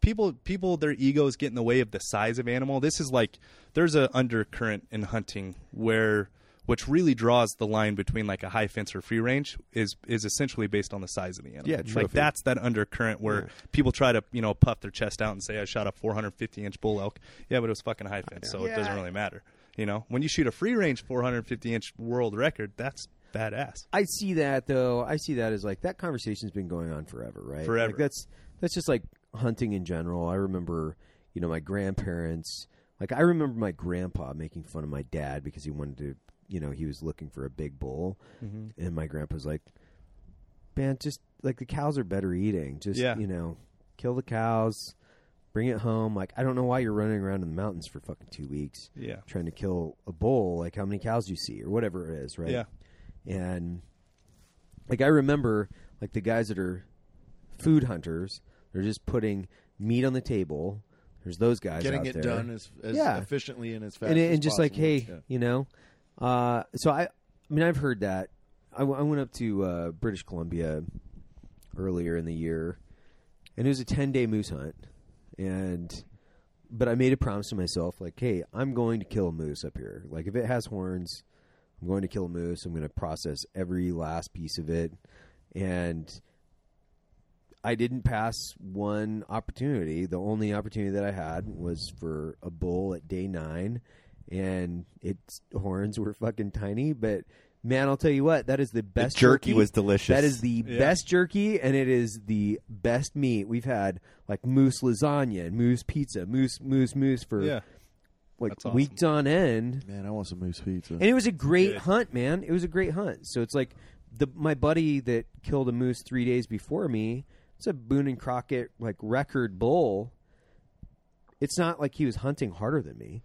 [SPEAKER 4] people people their egos get in the way of the size of animal. This is like there's a undercurrent in hunting where which really draws the line between like a high fence or free range is is essentially based on the size of the animal.
[SPEAKER 2] Yeah,
[SPEAKER 4] like
[SPEAKER 2] trophy.
[SPEAKER 4] that's that undercurrent where people try to you know puff their chest out and say I shot a 450 inch bull elk. Yeah, but it was fucking high fence, so it doesn't really matter. You know, when you shoot a free range 450 inch world record, that's badass.
[SPEAKER 1] I see that though. I see that as like that conversation's been going on forever, right?
[SPEAKER 4] Forever.
[SPEAKER 1] Like, that's that's just like hunting in general. I remember, you know, my grandparents. Like I remember my grandpa making fun of my dad because he wanted to, you know, he was looking for a big bull,
[SPEAKER 4] Mm-hmm.
[SPEAKER 1] and my grandpa's like, "Man, just like the cows are better eating. Just
[SPEAKER 4] Yeah.
[SPEAKER 1] you know, kill the cows." Bring it home. Like I don't know why you're running around in the mountains for fucking two weeks,
[SPEAKER 4] Yeah.
[SPEAKER 1] trying to kill a bull. Like how many cows do you see, or whatever it is, right?
[SPEAKER 4] Yeah.
[SPEAKER 1] and like I remember like the guys that are food hunters, they're just putting meat on the table. There's those guys
[SPEAKER 3] Getting
[SPEAKER 1] out
[SPEAKER 3] it
[SPEAKER 1] there.
[SPEAKER 3] done as, as
[SPEAKER 1] Yeah.
[SPEAKER 3] efficiently and as fast
[SPEAKER 1] and, it-
[SPEAKER 3] as
[SPEAKER 1] and just like
[SPEAKER 3] possible.
[SPEAKER 1] hey,
[SPEAKER 3] Yeah.
[SPEAKER 1] you know, uh, so I, I mean, I've heard that. I, w- I went up to uh, British Columbia earlier in the year, and it was a ten day moose hunt, and but I made a promise to myself, like, hey, I'm going to kill a moose up here. Like, if it has horns, I'm going to kill a moose. I'm going to process every last piece of it, and I didn't pass one opportunity. The only opportunity that I had was for a bull at day nine, and its horns were fucking tiny. But man, I'll tell you what, that is the best
[SPEAKER 2] jerky was delicious.
[SPEAKER 1] That is the
[SPEAKER 4] Yeah.
[SPEAKER 1] best jerky, and it is the best meat we've had. Like moose lasagna and moose pizza, moose moose moose for
[SPEAKER 4] Yeah.
[SPEAKER 1] like
[SPEAKER 4] That's awesome.
[SPEAKER 1] weeks on end.
[SPEAKER 3] man, I want some moose pizza.
[SPEAKER 1] And it was a great hunt, man. It was a great hunt. So it's like the my buddy that killed a moose three days before me. It's a Boone and Crockett like record bull. It's not like he was hunting harder than me.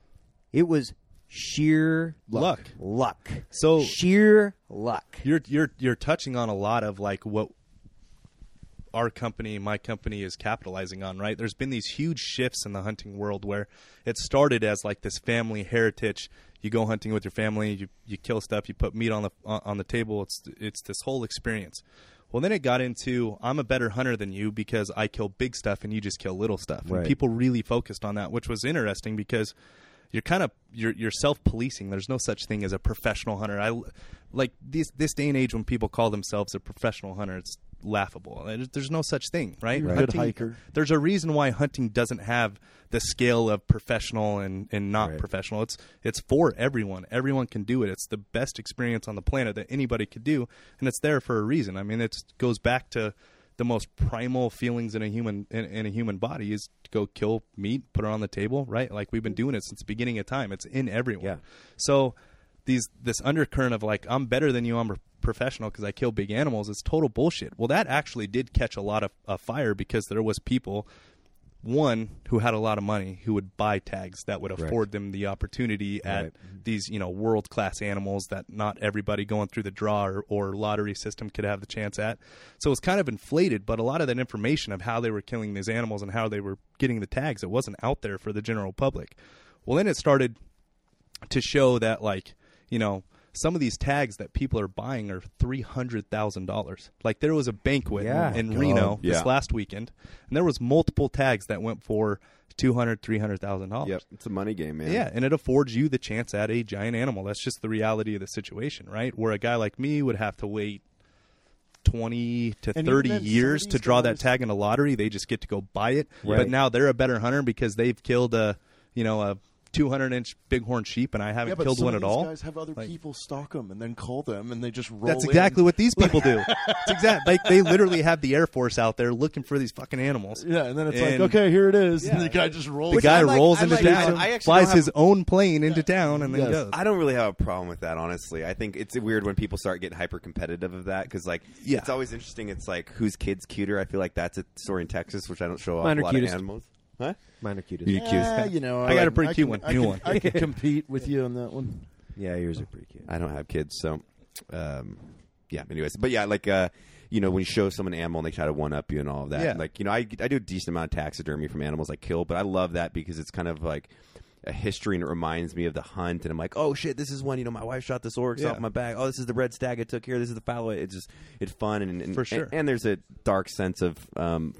[SPEAKER 1] It was sheer
[SPEAKER 4] Luck.
[SPEAKER 1] Luck.
[SPEAKER 4] So-
[SPEAKER 1] sheer luck.
[SPEAKER 4] you're you're you're touching on a lot of like what our company, my company is capitalizing on, right? There's been these huge shifts in the hunting world where it started as like this family heritage. You go hunting with your family, you you kill stuff, you put meat on the on on the table. It's it's this whole experience. Well, then it got into I'm a better hunter than you because I kill big stuff and you just kill little stuff. And
[SPEAKER 1] Right.
[SPEAKER 4] people really focused on that, which was interesting because you're kind of you're, you're self-policing there's no such thing as a professional hunter i like this this day and age when people call themselves a professional hunter it's laughable There's- there's no such thing right,
[SPEAKER 3] You're a good hiker.
[SPEAKER 4] there's a reason why hunting doesn't have the scale of professional and, and not professional it's it's for everyone everyone can do it it's the best experience on the planet that anybody could do and it's there for a reason i mean it goes back to the most primal feelings in a human in, in a human body is to go kill meat, put it on the table, right? Like we've been doing it since the beginning of time. It's in everyone.
[SPEAKER 1] Yeah.
[SPEAKER 4] So these this undercurrent of like I'm better than you, I'm a professional because I kill big animals is total bullshit. Well, that actually did catch a lot of uh, fire because there was people one who had a lot of money who would buy tags that would afford them the opportunity at
[SPEAKER 1] Right.
[SPEAKER 4] these you know world class animals that not everybody going through the draw or, or lottery system could have the chance at so it's kind of inflated but a lot of that information of how they were killing these animals and how they were getting the tags it wasn't out there for the general public well then it started to show that like you know some of these tags that people are buying are three hundred thousand dollars. Like there was a banquet
[SPEAKER 1] Yeah.
[SPEAKER 4] in Reno
[SPEAKER 2] Yeah.
[SPEAKER 4] this last weekend, and there was multiple tags that went for two hundred, three hundred thousand dollars.
[SPEAKER 2] Yep, it's a money game, man.
[SPEAKER 4] Yeah, and it affords you the chance at a giant animal. That's just the reality of the situation, right? Where a guy like me would have to wait twenty to
[SPEAKER 3] And even
[SPEAKER 4] thirty
[SPEAKER 3] then, some of
[SPEAKER 4] years to
[SPEAKER 3] these
[SPEAKER 4] draw that
[SPEAKER 3] guys-
[SPEAKER 4] tag in a lottery. They just get to go buy it.
[SPEAKER 1] Right.
[SPEAKER 4] But now they're a better hunter because they've killed a you know a two hundred inch bighorn sheep, and I haven't
[SPEAKER 3] yeah, but
[SPEAKER 4] killed
[SPEAKER 3] some
[SPEAKER 4] one
[SPEAKER 3] of
[SPEAKER 4] at
[SPEAKER 3] these
[SPEAKER 4] all.
[SPEAKER 3] Guys have other
[SPEAKER 4] Like-
[SPEAKER 3] people stalk them and then call them, and they just roll.
[SPEAKER 4] That's
[SPEAKER 3] in.
[SPEAKER 4] exactly what these people do. It's exact. Like they literally have the air force out there looking for these fucking animals.
[SPEAKER 3] Yeah, and then it's
[SPEAKER 4] And-
[SPEAKER 3] like, okay, here it is, and
[SPEAKER 4] Yeah.
[SPEAKER 3] the guy just rolls.
[SPEAKER 4] The
[SPEAKER 3] in.
[SPEAKER 4] guy
[SPEAKER 2] I'm like-
[SPEAKER 4] rolls
[SPEAKER 2] I'm
[SPEAKER 4] into
[SPEAKER 2] like-
[SPEAKER 4] town,
[SPEAKER 2] I actually
[SPEAKER 4] flies
[SPEAKER 2] don't have-
[SPEAKER 4] his own plane into town, and then goes.
[SPEAKER 2] I don't really have a problem with that, honestly. I think it's weird when people start getting hyper competitive of that because, like,
[SPEAKER 4] Yeah.
[SPEAKER 2] it's always interesting. It's like whose kid's cuter. I feel like that's a story in Texas, which I don't show off
[SPEAKER 1] Mine
[SPEAKER 2] a
[SPEAKER 1] are
[SPEAKER 2] lot
[SPEAKER 1] cutest.
[SPEAKER 2] of animals. Huh?
[SPEAKER 1] Mine are cute. As
[SPEAKER 2] You
[SPEAKER 1] fuck.
[SPEAKER 2] cute.
[SPEAKER 5] Eh,
[SPEAKER 3] Yeah, you know,
[SPEAKER 4] I got a
[SPEAKER 3] like-
[SPEAKER 4] pretty cute
[SPEAKER 3] can-
[SPEAKER 4] one,
[SPEAKER 3] I
[SPEAKER 4] new
[SPEAKER 3] can-
[SPEAKER 4] one.
[SPEAKER 3] I could compete with you on that one.
[SPEAKER 1] Yeah, yours are pretty cute.
[SPEAKER 2] I don't have kids, so um, yeah. Anyways, but yeah, like uh, you know, when you show someone an animal and they try to one up you and all of that.
[SPEAKER 4] Yeah.
[SPEAKER 2] Like, you know, I, I do a decent amount of taxidermy from animals I kill, but I love that because it's kind of like a history and it reminds me of the hunt. And I'm like, oh shit, this is one, you know, my wife shot this oryx
[SPEAKER 4] Yeah.
[SPEAKER 2] off my back. Oh, this is the red stag I took here. This is the fallow. It's just, it's fun. And, and
[SPEAKER 4] For sure.
[SPEAKER 2] And, there's a dark sense of, um,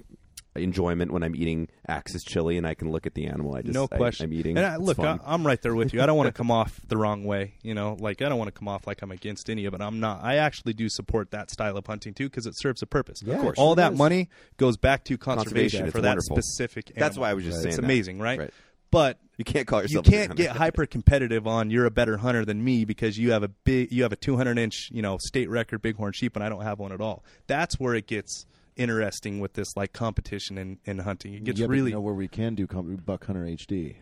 [SPEAKER 2] enjoyment when I'm eating Axis chili and I can look at the animal I just
[SPEAKER 4] no
[SPEAKER 2] I-
[SPEAKER 4] question.
[SPEAKER 2] I'm eating.
[SPEAKER 4] And I,
[SPEAKER 2] It's
[SPEAKER 4] look, I,
[SPEAKER 2] fun.
[SPEAKER 4] I'm right there with you. I don't want to come off the wrong way. You know, like I don't want to come off like I'm against any of it. I'm not. I actually do support that style of hunting too because it serves a purpose.
[SPEAKER 1] Yeah, Of course. it
[SPEAKER 4] All
[SPEAKER 1] sure
[SPEAKER 4] that
[SPEAKER 1] does.
[SPEAKER 4] money goes back to conservation,
[SPEAKER 2] Conservation, it's
[SPEAKER 4] for that
[SPEAKER 2] wonderful.
[SPEAKER 4] specific. Animal.
[SPEAKER 2] That's why I was just saying
[SPEAKER 4] it's
[SPEAKER 2] that.
[SPEAKER 4] amazing, right?
[SPEAKER 2] Right.
[SPEAKER 4] But
[SPEAKER 2] you can't call
[SPEAKER 4] you
[SPEAKER 2] yourself. a
[SPEAKER 4] can't
[SPEAKER 2] hunter.
[SPEAKER 4] get hyper competitive on you're a better hunter than me because you have a big you have a 200 inch you know state record bighorn sheep and I don't have one at all. That's where it gets interesting with this like competition in, in hunting. It gets
[SPEAKER 5] yeah, but
[SPEAKER 4] really.
[SPEAKER 5] you know where we can do com- Buck Hunter HD.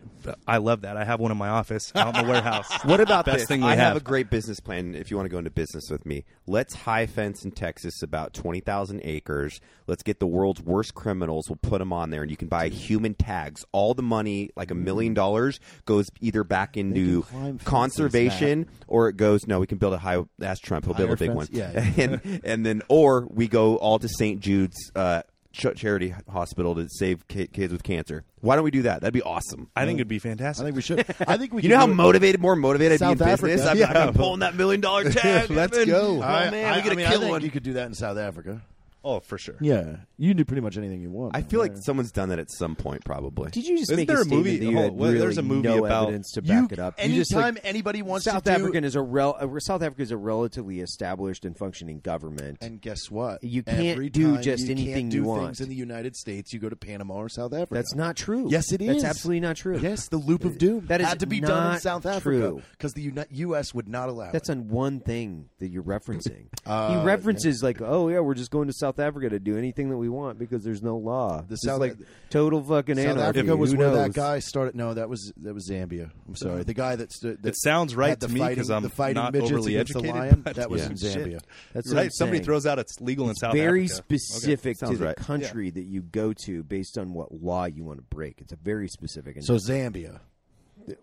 [SPEAKER 4] I love that. I have one in my office out in the warehouse.
[SPEAKER 2] What about
[SPEAKER 4] best
[SPEAKER 2] this?
[SPEAKER 4] thing we
[SPEAKER 2] I have.
[SPEAKER 4] have.
[SPEAKER 2] a great business plan. If you want to go into business with me, let's high fence in Texas about twenty thousand acres. Let's get the world's worst criminals. We'll put them on there, and you can buy human tags. All the money, like a million dollars, goes either back into
[SPEAKER 5] can climb fences,
[SPEAKER 2] conservation or it goes. No, we can build a high. That's Trump. He'll build
[SPEAKER 5] Higher
[SPEAKER 2] a big
[SPEAKER 5] fence?
[SPEAKER 2] one.
[SPEAKER 5] Yeah.
[SPEAKER 2] and and then or we go all to St. Jude's. Uh, ch- Charity hospital to save ki- kids with cancer. Why don't we do that? That'd be awesome.
[SPEAKER 4] I think it'd be
[SPEAKER 5] I
[SPEAKER 4] fantastic.
[SPEAKER 5] think we should. I think we. can
[SPEAKER 2] You know how
[SPEAKER 5] do it-
[SPEAKER 2] motivated, more motivated I'd
[SPEAKER 5] South
[SPEAKER 2] be in
[SPEAKER 5] Africa.
[SPEAKER 2] business. I've,
[SPEAKER 5] Yeah.
[SPEAKER 2] I've been pulling that million dollar tag.
[SPEAKER 5] Let's
[SPEAKER 2] I've been-
[SPEAKER 5] go.
[SPEAKER 2] Oh
[SPEAKER 5] I-
[SPEAKER 2] man, we
[SPEAKER 5] I
[SPEAKER 2] gotta
[SPEAKER 5] mean, I
[SPEAKER 2] kill
[SPEAKER 5] think
[SPEAKER 2] one.
[SPEAKER 5] You could do that in South Africa.
[SPEAKER 4] oh, for sure.
[SPEAKER 5] Yeah, you can do pretty much anything you want.
[SPEAKER 2] I
[SPEAKER 5] down
[SPEAKER 2] feel like
[SPEAKER 5] there.
[SPEAKER 2] someone's done that at some point, probably.
[SPEAKER 1] Did you just
[SPEAKER 4] Isn't
[SPEAKER 1] make
[SPEAKER 4] there
[SPEAKER 1] a
[SPEAKER 4] a movie-
[SPEAKER 1] statement that you
[SPEAKER 4] hold-
[SPEAKER 1] had
[SPEAKER 4] well, there's
[SPEAKER 1] really
[SPEAKER 4] a movie
[SPEAKER 1] no
[SPEAKER 4] about-
[SPEAKER 1] evidence to back
[SPEAKER 5] You-
[SPEAKER 1] it up? You just, like,
[SPEAKER 5] Anytime anybody wants
[SPEAKER 1] South
[SPEAKER 5] to do,
[SPEAKER 1] African is a rel- uh, South Africa is a relatively established and functioning government.
[SPEAKER 5] And guess what?
[SPEAKER 1] You can't
[SPEAKER 5] Every
[SPEAKER 1] do
[SPEAKER 5] time
[SPEAKER 1] just
[SPEAKER 5] you can't
[SPEAKER 1] anything
[SPEAKER 5] do
[SPEAKER 1] you
[SPEAKER 5] things
[SPEAKER 1] want.
[SPEAKER 5] in the United States. You go to Panama or South Africa.
[SPEAKER 1] That's not true.
[SPEAKER 5] Yes, it is.
[SPEAKER 1] That's absolutely not true.
[SPEAKER 5] Yes, the loop of doom
[SPEAKER 1] That is
[SPEAKER 5] had to be done in
[SPEAKER 1] not
[SPEAKER 5] South Africa
[SPEAKER 1] true.
[SPEAKER 5] because the Uni- U.S. would not allow
[SPEAKER 1] That's
[SPEAKER 5] it.
[SPEAKER 1] on one thing that you're referencing.
[SPEAKER 5] Uh,
[SPEAKER 1] he references like, oh yeah, we're just going to South Africa to do anything that we want because there's no law. This
[SPEAKER 5] South-
[SPEAKER 1] is like total fucking
[SPEAKER 5] South
[SPEAKER 1] anarchy.
[SPEAKER 5] Africa was
[SPEAKER 1] Who
[SPEAKER 5] where
[SPEAKER 1] knows?
[SPEAKER 5] that guy started. No, that was that was Zambia. I'm sorry, the guy that stood. That
[SPEAKER 4] It sounds right
[SPEAKER 5] had the
[SPEAKER 4] to me
[SPEAKER 5] fighting-
[SPEAKER 4] 'cause I'm
[SPEAKER 5] the fighting
[SPEAKER 4] not
[SPEAKER 5] midgets
[SPEAKER 4] overly
[SPEAKER 5] against the
[SPEAKER 4] educated,
[SPEAKER 5] lion,
[SPEAKER 4] but-
[SPEAKER 5] that was
[SPEAKER 2] Yeah.
[SPEAKER 5] in
[SPEAKER 1] Shit.
[SPEAKER 5] Zambia.
[SPEAKER 1] That's what
[SPEAKER 4] right.
[SPEAKER 1] I'm
[SPEAKER 4] Somebody
[SPEAKER 1] saying.
[SPEAKER 4] throws out it's legal in South
[SPEAKER 1] very
[SPEAKER 4] Africa.
[SPEAKER 1] specific to
[SPEAKER 2] Sounds
[SPEAKER 1] the
[SPEAKER 2] right.
[SPEAKER 1] country that you go to based on what law you want to break. It's a very specific. And
[SPEAKER 5] So Zambia.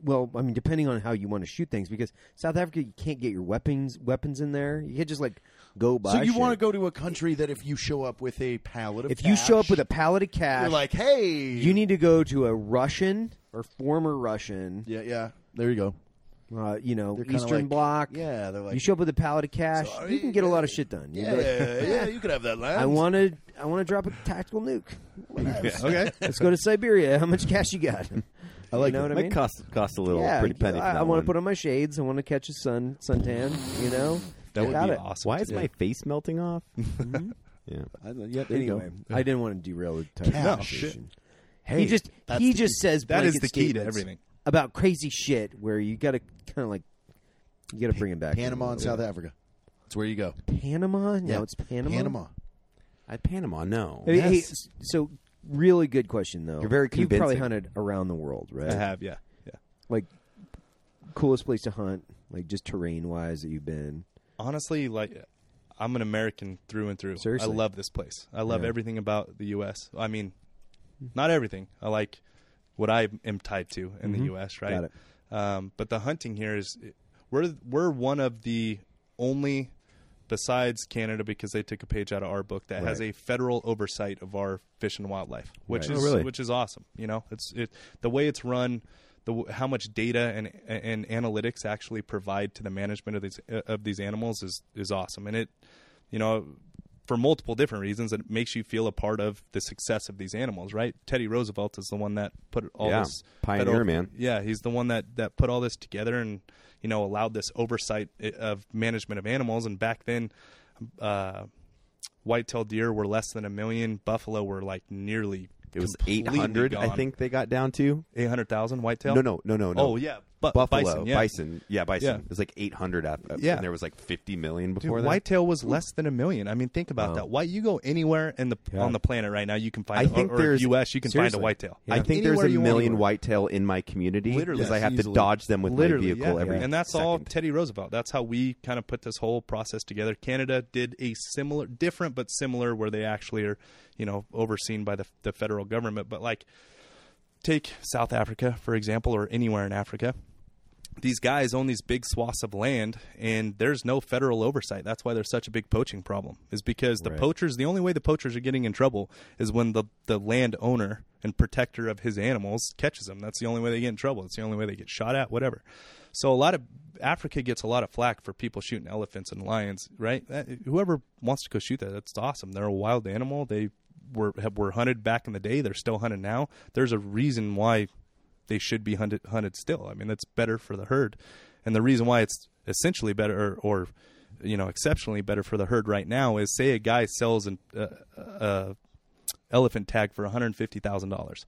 [SPEAKER 1] well, I mean, depending on how you want to shoot things, because South Africa, you can't get your weapons weapons in there. You can't just like go buy.
[SPEAKER 5] So you want to
[SPEAKER 1] shit.
[SPEAKER 5] go to a country that if you show up with a pallet of
[SPEAKER 1] If you show up
[SPEAKER 5] cash,
[SPEAKER 1] with a pallet of cash,
[SPEAKER 5] you're like, hey,
[SPEAKER 1] you need to go to a Russian or former Russian,
[SPEAKER 5] Yeah, yeah. There you go.
[SPEAKER 1] uh, you know,
[SPEAKER 5] They're kinda
[SPEAKER 1] Eastern
[SPEAKER 5] like-
[SPEAKER 1] Bloc.
[SPEAKER 5] yeah, they're like-
[SPEAKER 1] you show up with a pallet of cash,
[SPEAKER 5] Sorry,
[SPEAKER 1] you can get a lot of shit done. You
[SPEAKER 5] Yeah,
[SPEAKER 1] can be like,
[SPEAKER 5] yeah, yeah, you could have that land.
[SPEAKER 1] I want to, I want to drop a tactical nuke.
[SPEAKER 4] Okay.
[SPEAKER 1] Let's go to Siberia. How much cash you got? I
[SPEAKER 2] like
[SPEAKER 1] you know what I mean.
[SPEAKER 2] cost cost a little
[SPEAKER 1] yeah,
[SPEAKER 2] pretty penny.
[SPEAKER 1] I, want to put on my shades. I want to catch a sun suntan. You know,
[SPEAKER 4] That would
[SPEAKER 1] Got
[SPEAKER 4] be
[SPEAKER 1] it.
[SPEAKER 4] awesome.
[SPEAKER 2] Why
[SPEAKER 4] to
[SPEAKER 2] is
[SPEAKER 4] do.
[SPEAKER 2] my face melting off? yeah.
[SPEAKER 5] I, yeah, there you go.
[SPEAKER 1] Anyway, I didn't want to derail the entire
[SPEAKER 5] Cash. No,
[SPEAKER 1] conversation. he just he just says
[SPEAKER 4] That is
[SPEAKER 1] blanket
[SPEAKER 4] the key to
[SPEAKER 1] statements
[SPEAKER 4] everything.
[SPEAKER 1] about crazy shit where you got to kind of like you got to bring him back.
[SPEAKER 5] Panama and
[SPEAKER 1] Yeah.
[SPEAKER 5] South Africa. That's where you go.
[SPEAKER 1] Panama? No,
[SPEAKER 5] Yeah.
[SPEAKER 1] it's Panama.
[SPEAKER 5] Panama.
[SPEAKER 2] I Panama, no.
[SPEAKER 1] Hey, hey,
[SPEAKER 5] Yes.
[SPEAKER 1] s- so really good question though.
[SPEAKER 2] You're very
[SPEAKER 1] You've probably
[SPEAKER 2] convincing.
[SPEAKER 1] hunted around the world, right?
[SPEAKER 4] I
[SPEAKER 5] Uh-huh.
[SPEAKER 4] have, yeah. Yeah.
[SPEAKER 1] Like coolest place to hunt, like just terrain wise that you've been.
[SPEAKER 4] honestly, like I'm an American through and through.
[SPEAKER 1] Seriously.
[SPEAKER 4] I love this place. I love
[SPEAKER 1] Yeah.
[SPEAKER 4] everything about the U.S. I mean, not everything. I like what I am tied to in the U.S. Right.
[SPEAKER 1] Mm-hmm. Got it.
[SPEAKER 4] Um, but the hunting here is we're we're one of the only besides Canada because they took a page out of our book that has a federal oversight of our fish and wildlife, which
[SPEAKER 1] Right.
[SPEAKER 4] is
[SPEAKER 1] Oh, really?
[SPEAKER 4] which is awesome. You know, it's it the way it's run, the w- how much data and and analytics actually provide to the management of these of these animals is is awesome, and it you know for multiple different reasons it makes you feel a part of the success of these animals right teddy roosevelt is the one that put all
[SPEAKER 2] Yeah.
[SPEAKER 4] this
[SPEAKER 2] Pioneer,
[SPEAKER 4] federal-
[SPEAKER 2] man.
[SPEAKER 4] yeah, he's the one that that put all this together and you know allowed this oversight i- of management of animals. And back then, uh, white-tailed deer were less than a million. Buffalo were like nearly.
[SPEAKER 2] It was eight hundred, I think they got down to.
[SPEAKER 4] eight hundred thousand whitetail.
[SPEAKER 2] No, no, no, no, no.
[SPEAKER 4] Oh yeah, bu-
[SPEAKER 2] Buffalo,
[SPEAKER 4] bison, yeah.
[SPEAKER 2] bison, yeah, bison.
[SPEAKER 4] Yeah.
[SPEAKER 2] It was like eight hundred.
[SPEAKER 4] Yeah.
[SPEAKER 2] and there was like fifty million
[SPEAKER 4] Dude,
[SPEAKER 2] before that.
[SPEAKER 4] whitetail was less than a million. I mean, think about that. Why you go anywhere in the on the planet right now, you can
[SPEAKER 2] I
[SPEAKER 4] find.
[SPEAKER 2] think
[SPEAKER 4] or, or
[SPEAKER 2] there's
[SPEAKER 4] U.S. You can
[SPEAKER 2] seriously.
[SPEAKER 4] find a whitetail.
[SPEAKER 2] I think there's a
[SPEAKER 4] Anywhere you want.
[SPEAKER 2] million whitetail in my community
[SPEAKER 4] Literally.
[SPEAKER 2] because I
[SPEAKER 4] Yes,
[SPEAKER 2] have to
[SPEAKER 5] easily.
[SPEAKER 2] dodge them with
[SPEAKER 4] Literally,
[SPEAKER 2] my vehicle
[SPEAKER 4] yeah.
[SPEAKER 2] every.
[SPEAKER 4] and that's all
[SPEAKER 2] second.
[SPEAKER 4] Teddy Roosevelt. That's how we kind of put this whole process together. Canada did a similar, different but similar, where they actually are, you know, overseen by the the federal government. But like, take South Africa for example, or anywhere in Africa. these guys own these big swaths of land and there's no federal oversight that's why there's such a big poaching problem is because the poachers the only way the poachers are getting in trouble is when the the land owner and protector of his animals catches them that's the only way they get in trouble it's the only way they get shot at whatever so a lot of africa gets a lot of flack for people shooting elephants and lions right that, whoever wants to go shoot that that's awesome they're a wild animal they were have, were hunted back in the day they're still hunted now there's a reason why they should be hunted hunted still. I mean, that's better for the herd, and the reason why it's essentially better or, or you know exceptionally better for the herd right now is say a guy sells an uh, uh, elephant tag for one hundred fifty thousand dollars.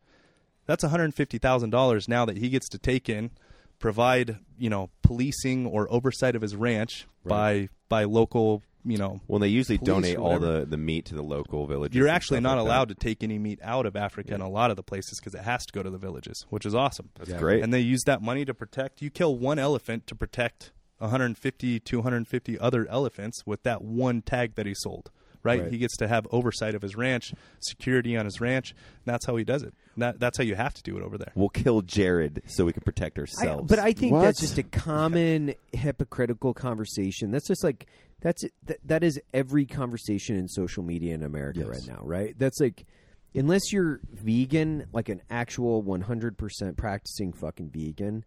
[SPEAKER 4] That's one hundred fifty thousand dollars now that he gets to take in, provide you know policing or oversight of his ranch by by local you know
[SPEAKER 2] Well, they usually
[SPEAKER 4] Police or
[SPEAKER 2] donate all
[SPEAKER 4] whatever.
[SPEAKER 2] the, the meat to the local villages.
[SPEAKER 4] you're
[SPEAKER 2] and
[SPEAKER 4] actually
[SPEAKER 2] stuff
[SPEAKER 4] not
[SPEAKER 2] like that.
[SPEAKER 4] allowed to take any meat out of Africa in a lot of the places because it has to go to the villages, which is awesome. That's
[SPEAKER 2] great.
[SPEAKER 4] And they use that money to protect. You kill one elephant to protect 150, 250 other elephants with that one tag that he sold. Right?
[SPEAKER 1] Right.
[SPEAKER 4] He gets to have oversight of his ranch, security on his ranch. And that's how he does it. And that, that's how you have to do it over there.
[SPEAKER 2] We'll kill Jared so we can protect
[SPEAKER 1] I-
[SPEAKER 2] ourselves.
[SPEAKER 1] but I think
[SPEAKER 5] What?
[SPEAKER 1] that's just a common hypocritical conversation. That's just like that's that, that is every conversation in social media in America right now, right? That's like unless you're vegan, like an actual 100% practicing fucking vegan,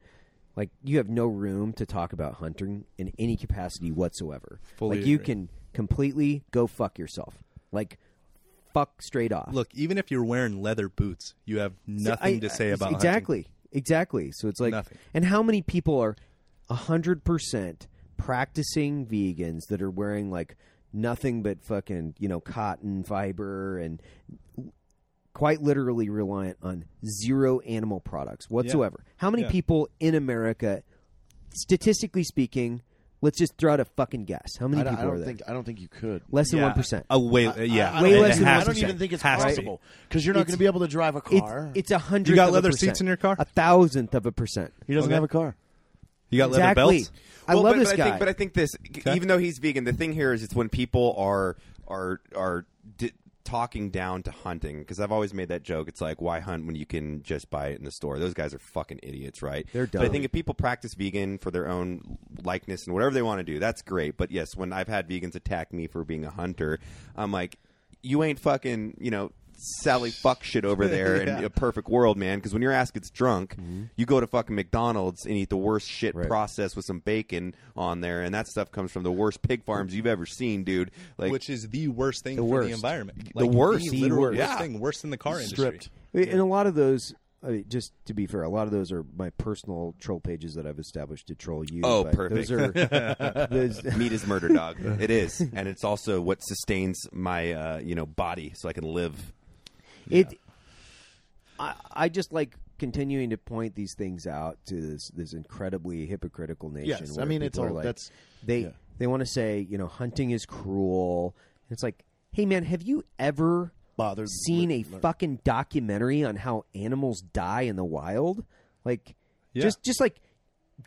[SPEAKER 1] like you have no room to talk about hunting in any capacity whatsoever.
[SPEAKER 4] Fully
[SPEAKER 1] like you
[SPEAKER 4] agree.
[SPEAKER 1] can completely go fuck yourself. Like fuck straight off.
[SPEAKER 4] Look, even if you're wearing leather boots, you have nothing
[SPEAKER 1] I-
[SPEAKER 4] to
[SPEAKER 1] I-
[SPEAKER 4] say about hunting.
[SPEAKER 1] exactly exactly so it's like
[SPEAKER 4] Nothing.
[SPEAKER 1] and how many people are 100% practicing vegans that are wearing like nothing but fucking you know cotton fiber and quite literally reliant on zero animal products whatsoever how many
[SPEAKER 4] Yeah.
[SPEAKER 1] people in america statistically speaking let's just throw out a fucking guess how many
[SPEAKER 5] I don't,
[SPEAKER 1] people
[SPEAKER 5] I don't
[SPEAKER 1] are there
[SPEAKER 5] think I don't think you could.
[SPEAKER 1] less than
[SPEAKER 4] Yeah.
[SPEAKER 1] 1%
[SPEAKER 4] Uh, way, uh, yeah.
[SPEAKER 1] Way
[SPEAKER 4] It
[SPEAKER 1] less than I
[SPEAKER 4] has to
[SPEAKER 1] don't
[SPEAKER 4] be.
[SPEAKER 1] even
[SPEAKER 4] Has to be.
[SPEAKER 5] because you're not
[SPEAKER 1] It's-
[SPEAKER 5] going to be able to drive a car.
[SPEAKER 1] it's, it's a hundred.
[SPEAKER 4] You got
[SPEAKER 1] of a
[SPEAKER 4] leather
[SPEAKER 1] percent.
[SPEAKER 4] seats in your car?
[SPEAKER 1] A thousandth of a percent.
[SPEAKER 5] he doesn't
[SPEAKER 4] Okay.
[SPEAKER 5] have a car.
[SPEAKER 4] You got leather
[SPEAKER 1] exactly.
[SPEAKER 4] belts?
[SPEAKER 1] I
[SPEAKER 2] Well,
[SPEAKER 1] love
[SPEAKER 2] but,
[SPEAKER 1] this
[SPEAKER 2] but
[SPEAKER 1] guy.
[SPEAKER 2] I think, but I think this, even though he's vegan, the thing here is it's when people are are are di- talking down to hunting because I've always made that joke. It's like why hunt when you can just buy it in the store? Those guys are fucking idiots, right?
[SPEAKER 1] They're
[SPEAKER 2] But I
[SPEAKER 1] dumb.
[SPEAKER 2] think if people practice vegan for their own likeness and whatever they want to do, that's great. But yes, when I've had vegans attack me for being a hunter, I'm like, you ain't fucking, you know. Sally fuck shit over there in a perfect world, man. Because when your ass gets drunk, you go to fucking McDonald's and eat the worst shit
[SPEAKER 1] Right.
[SPEAKER 2] processed with some bacon on there, and that stuff comes from the worst pig farms you've ever seen, dude. Like,
[SPEAKER 4] which is the worst thing
[SPEAKER 1] The
[SPEAKER 4] for
[SPEAKER 1] worst.
[SPEAKER 4] the environment.
[SPEAKER 2] The worst.
[SPEAKER 4] the
[SPEAKER 2] The
[SPEAKER 4] literal
[SPEAKER 2] worst.
[SPEAKER 4] worst
[SPEAKER 2] Yeah.
[SPEAKER 4] thing, worse than the car
[SPEAKER 5] Stripped.
[SPEAKER 4] industry.
[SPEAKER 1] And a lot of those, I mean, just to be fair, a lot of those are my personal troll pages that I've established to troll you.
[SPEAKER 2] Oh,
[SPEAKER 1] but Those are those,
[SPEAKER 2] meat is murder, dog. it is, and it's also what sustains my, uh, you know, body so I can live.
[SPEAKER 1] it. I, I just like continuing to point these things out to this this incredibly hypocritical nation.
[SPEAKER 5] Yes, I
[SPEAKER 1] where
[SPEAKER 5] mean, it's
[SPEAKER 1] people are
[SPEAKER 5] all-
[SPEAKER 1] like,
[SPEAKER 5] that's-
[SPEAKER 1] they
[SPEAKER 5] yeah.
[SPEAKER 1] they want to say you know hunting is cruel. It's like, hey man, have you ever
[SPEAKER 5] Bothered
[SPEAKER 1] seen a
[SPEAKER 5] with-
[SPEAKER 1] fucking documentary on how animals die in the wild? Like,
[SPEAKER 4] Yeah.
[SPEAKER 1] just just like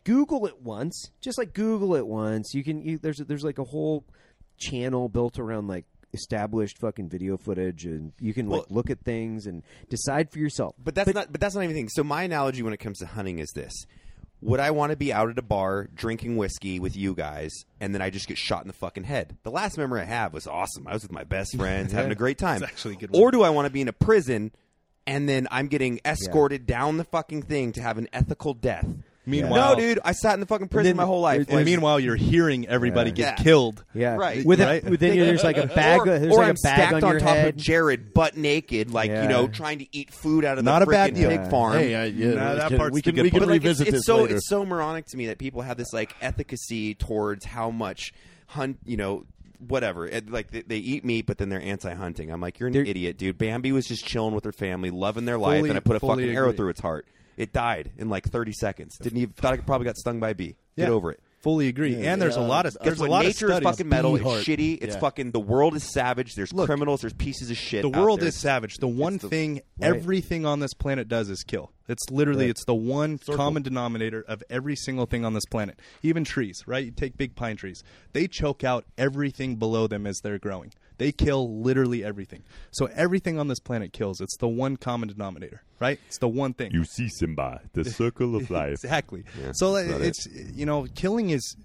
[SPEAKER 1] Google it once, just like Google it once. You can you, there's there's like a whole channel built around like established fucking video footage, and you can like look at things and decide for yourself.
[SPEAKER 2] But that's not. But that's not anything. So my analogy when it comes to hunting is this: Would I want to be out at a bar drinking whiskey with you guys, and then I just get shot in the fucking head? The last memory I have was awesome. I was with my best friends, having a great time.
[SPEAKER 4] It's actually a good
[SPEAKER 2] Or
[SPEAKER 4] one.
[SPEAKER 2] do I want to be in a prison, and then I'm getting escorted down the fucking thing to have an ethical death?
[SPEAKER 4] Meanwhile-
[SPEAKER 2] no, dude, I sat in the fucking prison
[SPEAKER 1] then
[SPEAKER 2] my whole life.
[SPEAKER 4] And
[SPEAKER 2] Like-
[SPEAKER 4] meanwhile, you're hearing everybody get
[SPEAKER 2] Yeah.
[SPEAKER 4] killed.
[SPEAKER 1] yeah,
[SPEAKER 2] Right.
[SPEAKER 1] With a-
[SPEAKER 4] Right.
[SPEAKER 1] with- then there's like a bag.
[SPEAKER 2] or,
[SPEAKER 1] of, there's
[SPEAKER 2] or
[SPEAKER 1] like
[SPEAKER 2] I'm
[SPEAKER 1] a bag
[SPEAKER 2] stacked
[SPEAKER 1] on,
[SPEAKER 2] on,
[SPEAKER 1] your
[SPEAKER 2] top
[SPEAKER 1] head.
[SPEAKER 2] of Jared, butt naked, like
[SPEAKER 1] Yeah.
[SPEAKER 2] you know, trying to eat food out of
[SPEAKER 4] Not
[SPEAKER 2] the
[SPEAKER 4] a bad
[SPEAKER 2] freaking
[SPEAKER 4] deal.
[SPEAKER 2] pig farm.
[SPEAKER 5] Hey, I, yeah,
[SPEAKER 4] Nah,
[SPEAKER 5] we
[SPEAKER 4] that
[SPEAKER 5] can,
[SPEAKER 4] part's
[SPEAKER 5] we
[SPEAKER 4] the
[SPEAKER 5] can,
[SPEAKER 4] good
[SPEAKER 5] we can
[SPEAKER 4] part.
[SPEAKER 2] But, like, it's-
[SPEAKER 5] revisit
[SPEAKER 2] it's,
[SPEAKER 5] this
[SPEAKER 2] so
[SPEAKER 5] later.
[SPEAKER 2] it's so moronic to me that people have this like efficacy towards how much hunt you know whatever It- like they, they eat meat but then they're anti-hunting i'm like you're an idiot dude bambi was just chilling with her family loving their life
[SPEAKER 4] Fully-
[SPEAKER 2] and i put a
[SPEAKER 4] fully
[SPEAKER 2] fucking arrow
[SPEAKER 4] agree.
[SPEAKER 2] through its heart it died in like 30 seconds didn't even thought it probably got stung by a bee get over it
[SPEAKER 4] Fully agree. and there's a
[SPEAKER 5] yeah.
[SPEAKER 4] lot of
[SPEAKER 2] Guess
[SPEAKER 4] there's a
[SPEAKER 2] what?
[SPEAKER 4] lot
[SPEAKER 2] Nature
[SPEAKER 4] of
[SPEAKER 2] is
[SPEAKER 4] studies.
[SPEAKER 2] fucking metal.
[SPEAKER 5] bee
[SPEAKER 2] It's
[SPEAKER 5] heart.
[SPEAKER 2] shitty. It's
[SPEAKER 5] Yeah.
[SPEAKER 2] fucking the world is savage. There's criminals. There's pieces of shit.
[SPEAKER 4] the
[SPEAKER 2] out
[SPEAKER 4] world
[SPEAKER 2] there.
[SPEAKER 4] is savage. The one thing everything on this planet does is kill. It's literally it's the one common denominator of every single thing on this planet. Even trees, right? You take big pine trees. They choke out everything below them as they're growing. They kill literally everything. So everything on this planet kills. It's the one common denominator, right? It's the one thing.
[SPEAKER 6] You see, Simba, the circle of life.
[SPEAKER 4] Exactly. so like, it's you know, killing is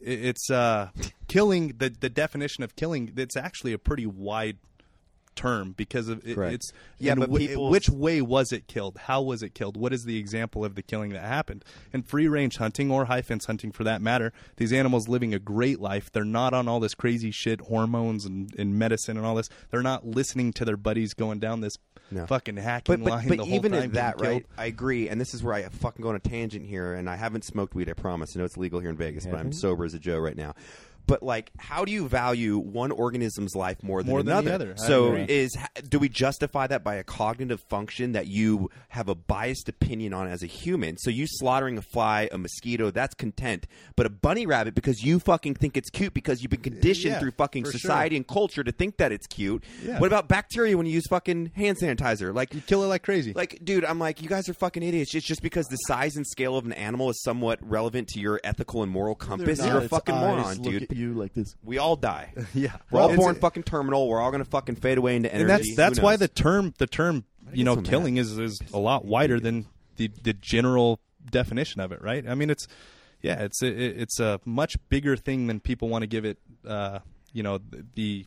[SPEAKER 4] it's uh killing the the definition of killing it's actually a pretty wide term because of it,
[SPEAKER 1] Correct.
[SPEAKER 4] it's
[SPEAKER 2] Yeah,
[SPEAKER 4] and
[SPEAKER 2] but
[SPEAKER 4] whi-
[SPEAKER 2] people-
[SPEAKER 4] which way was it killed how was it killed what is the example of the killing that happened and free range hunting or high fence hunting for that matter these animals living a great life they're not on all this crazy shit hormones and, and medicine and all this they're not listening to their buddies going down this fucking hacking
[SPEAKER 2] but, but,
[SPEAKER 4] line
[SPEAKER 2] but
[SPEAKER 4] the whole
[SPEAKER 2] even
[SPEAKER 4] time
[SPEAKER 2] at that,
[SPEAKER 4] getting
[SPEAKER 2] right?
[SPEAKER 4] killed.
[SPEAKER 2] I agree, and this is where I fucking go on a tangent here. And I haven't smoked weed, I promise. I know it's legal here in Vegas, but I'm sober as a Joe right now. But like, how do you value one organism's life more than
[SPEAKER 4] More than
[SPEAKER 2] another?
[SPEAKER 4] the other. I
[SPEAKER 2] So
[SPEAKER 4] agree.
[SPEAKER 2] is do we justify that by a cognitive function that you have a biased opinion on as a human? So you slaughtering a fly, a mosquito, that's content, but a bunny rabbit because you fucking think it's cute because you've been conditioned
[SPEAKER 4] Yeah,
[SPEAKER 2] through fucking
[SPEAKER 4] for sure.
[SPEAKER 2] society and culture to think that it's cute.
[SPEAKER 4] Yeah.
[SPEAKER 2] What about bacteria when you use fucking hand sanitizer? Like
[SPEAKER 4] kill it like crazy
[SPEAKER 2] like, dude, I'm like, you guys are fucking idiots. It's just because the size and scale of an animal is somewhat relevant to your ethical and moral compass.
[SPEAKER 5] Not
[SPEAKER 2] You're a
[SPEAKER 5] its
[SPEAKER 2] fucking
[SPEAKER 5] eyes
[SPEAKER 2] moron,
[SPEAKER 5] look
[SPEAKER 2] dude.
[SPEAKER 5] at you like this.
[SPEAKER 2] We all die.
[SPEAKER 4] yeah
[SPEAKER 2] We're all
[SPEAKER 4] It's-
[SPEAKER 2] born fucking terminal. We're all gonna fucking fade away into energy.
[SPEAKER 4] and that's
[SPEAKER 2] Who
[SPEAKER 4] that's why
[SPEAKER 2] knows?
[SPEAKER 4] the term the term you know
[SPEAKER 2] so mad.
[SPEAKER 4] killing is is a lot wider than the the general definition of it right i mean it's yeah it's it, it's a much bigger thing than people want to give it uh you know the, the
[SPEAKER 2] and, and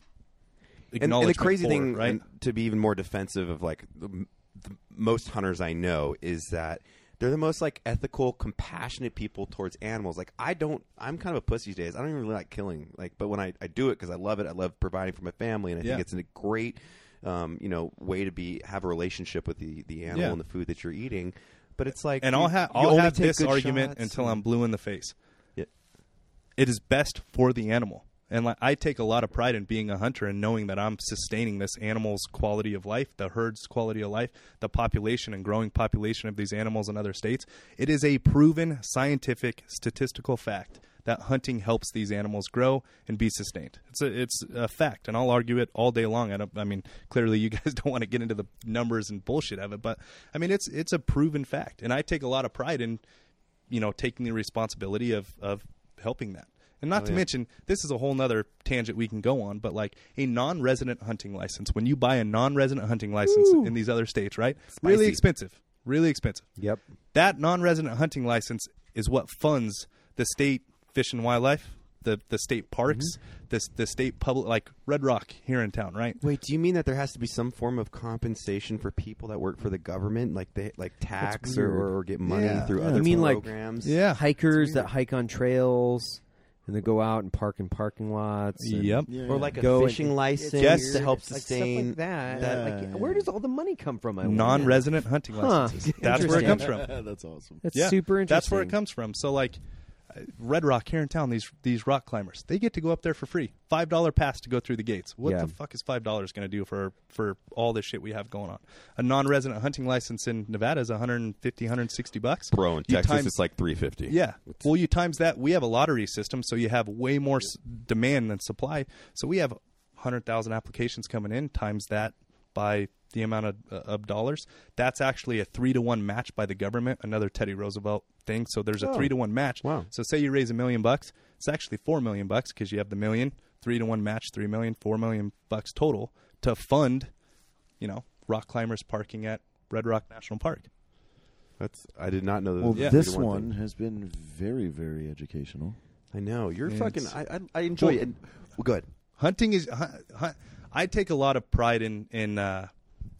[SPEAKER 2] the
[SPEAKER 4] acknowledgement
[SPEAKER 2] crazy
[SPEAKER 4] for,
[SPEAKER 2] thing
[SPEAKER 4] right
[SPEAKER 2] and to be even more defensive of like the, the most hunters I know is that they're the most like ethical, compassionate people towards animals. Like I don't, I'm kind of a pussy these days. I don't even really like killing. Like, but when I, I do it because I love it, I love providing for my family, and I
[SPEAKER 4] Yeah.
[SPEAKER 2] think it's a great, um, you know, way to be have a relationship with the the animal
[SPEAKER 4] Yeah.
[SPEAKER 2] and the food that you're eating. But it's like,
[SPEAKER 4] and
[SPEAKER 2] you-
[SPEAKER 4] I'll, ha-
[SPEAKER 2] you
[SPEAKER 4] I'll
[SPEAKER 2] only
[SPEAKER 4] have
[SPEAKER 2] take
[SPEAKER 4] this
[SPEAKER 2] good
[SPEAKER 4] argument
[SPEAKER 2] shots
[SPEAKER 4] until
[SPEAKER 2] and-
[SPEAKER 4] I'm blue in the face.
[SPEAKER 2] Yeah.
[SPEAKER 4] It is best for the animal. And like, I take a lot of pride in being a hunter and knowing that I'm sustaining this animal's quality of life, the herd's quality of life, the population and growing population of these animals in other states. It is a proven scientific statistical fact that hunting helps these animals grow and be sustained. It's a, it's a fact, and I'll argue it all day long. I don't. I mean, clearly you guys don't want to get into the numbers and bullshit of it, but I mean, it's it's a proven fact, and I take a lot of pride in, you know, taking the responsibility of of helping that. And not to mention, this is a whole nother tangent we can go on, but like a non resident hunting license, when you buy a non resident hunting license in these other states, right? Really expensive. Really expensive.
[SPEAKER 1] Yep.
[SPEAKER 4] That non-resident hunting license is what funds the state fish and wildlife, the the state parks, the the state public like Red Rock here in town, right?
[SPEAKER 2] Wait, do you mean that there has to be some form of compensation for people that work for the government, like they like tax or, or get money through other
[SPEAKER 1] you mean like
[SPEAKER 2] programs?
[SPEAKER 4] Yeah.
[SPEAKER 1] hikers that hike on trails and they go out and park in parking lots. and
[SPEAKER 4] Yep.
[SPEAKER 2] or like a
[SPEAKER 1] Go and-
[SPEAKER 2] fishing license
[SPEAKER 4] Yes.
[SPEAKER 2] to help
[SPEAKER 1] like
[SPEAKER 2] sustain
[SPEAKER 1] stuff like that.
[SPEAKER 5] that-
[SPEAKER 1] Like, where does all the money come from? I wonder?
[SPEAKER 4] Non-resident hunting licenses. That's where it comes from.
[SPEAKER 5] "Ah, That's awesome.
[SPEAKER 1] That's
[SPEAKER 4] yeah,
[SPEAKER 1] super interesting.
[SPEAKER 4] That's where it comes from. So like. uh, Red Rock here in town, these these rock climbers, they get to go up there for free. Five dollar pass to go through the gates. What
[SPEAKER 1] Yeah.
[SPEAKER 4] the fuck is five dollars going to do for for all this shit we have going on? A non-resident hunting license in Nevada is 150, 160 bucks.
[SPEAKER 6] Bro, in
[SPEAKER 4] You
[SPEAKER 6] Texas,
[SPEAKER 4] times-
[SPEAKER 6] it's like 350.
[SPEAKER 4] Yeah. Well, you times that we have a lottery system, so you have way more s- demand than supply. So we have 100,000 applications coming in times that by the amount of, uh, of dollars. That's actually a 3 to 1 match by the government, another Teddy Roosevelt thing. So there's a 3 to 1 match.
[SPEAKER 2] Wow.
[SPEAKER 4] So say you raise a million bucks, it's actually 4 million bucks because you have the million, 3 to 1 match, 3 million, 4 million bucks total to fund, you know, rock climbers parking at Red Rock National Park.
[SPEAKER 2] That's I did not know that.
[SPEAKER 5] Well,
[SPEAKER 2] Yeah.
[SPEAKER 5] this
[SPEAKER 2] Either
[SPEAKER 5] one
[SPEAKER 2] thing.
[SPEAKER 5] has been very, very educational.
[SPEAKER 2] I know you're
[SPEAKER 4] Yeah,
[SPEAKER 2] fucking.
[SPEAKER 4] it's-
[SPEAKER 2] I, I I enjoy it. Well, good.
[SPEAKER 4] hunting is hu- hu- i take a lot of pride in in uh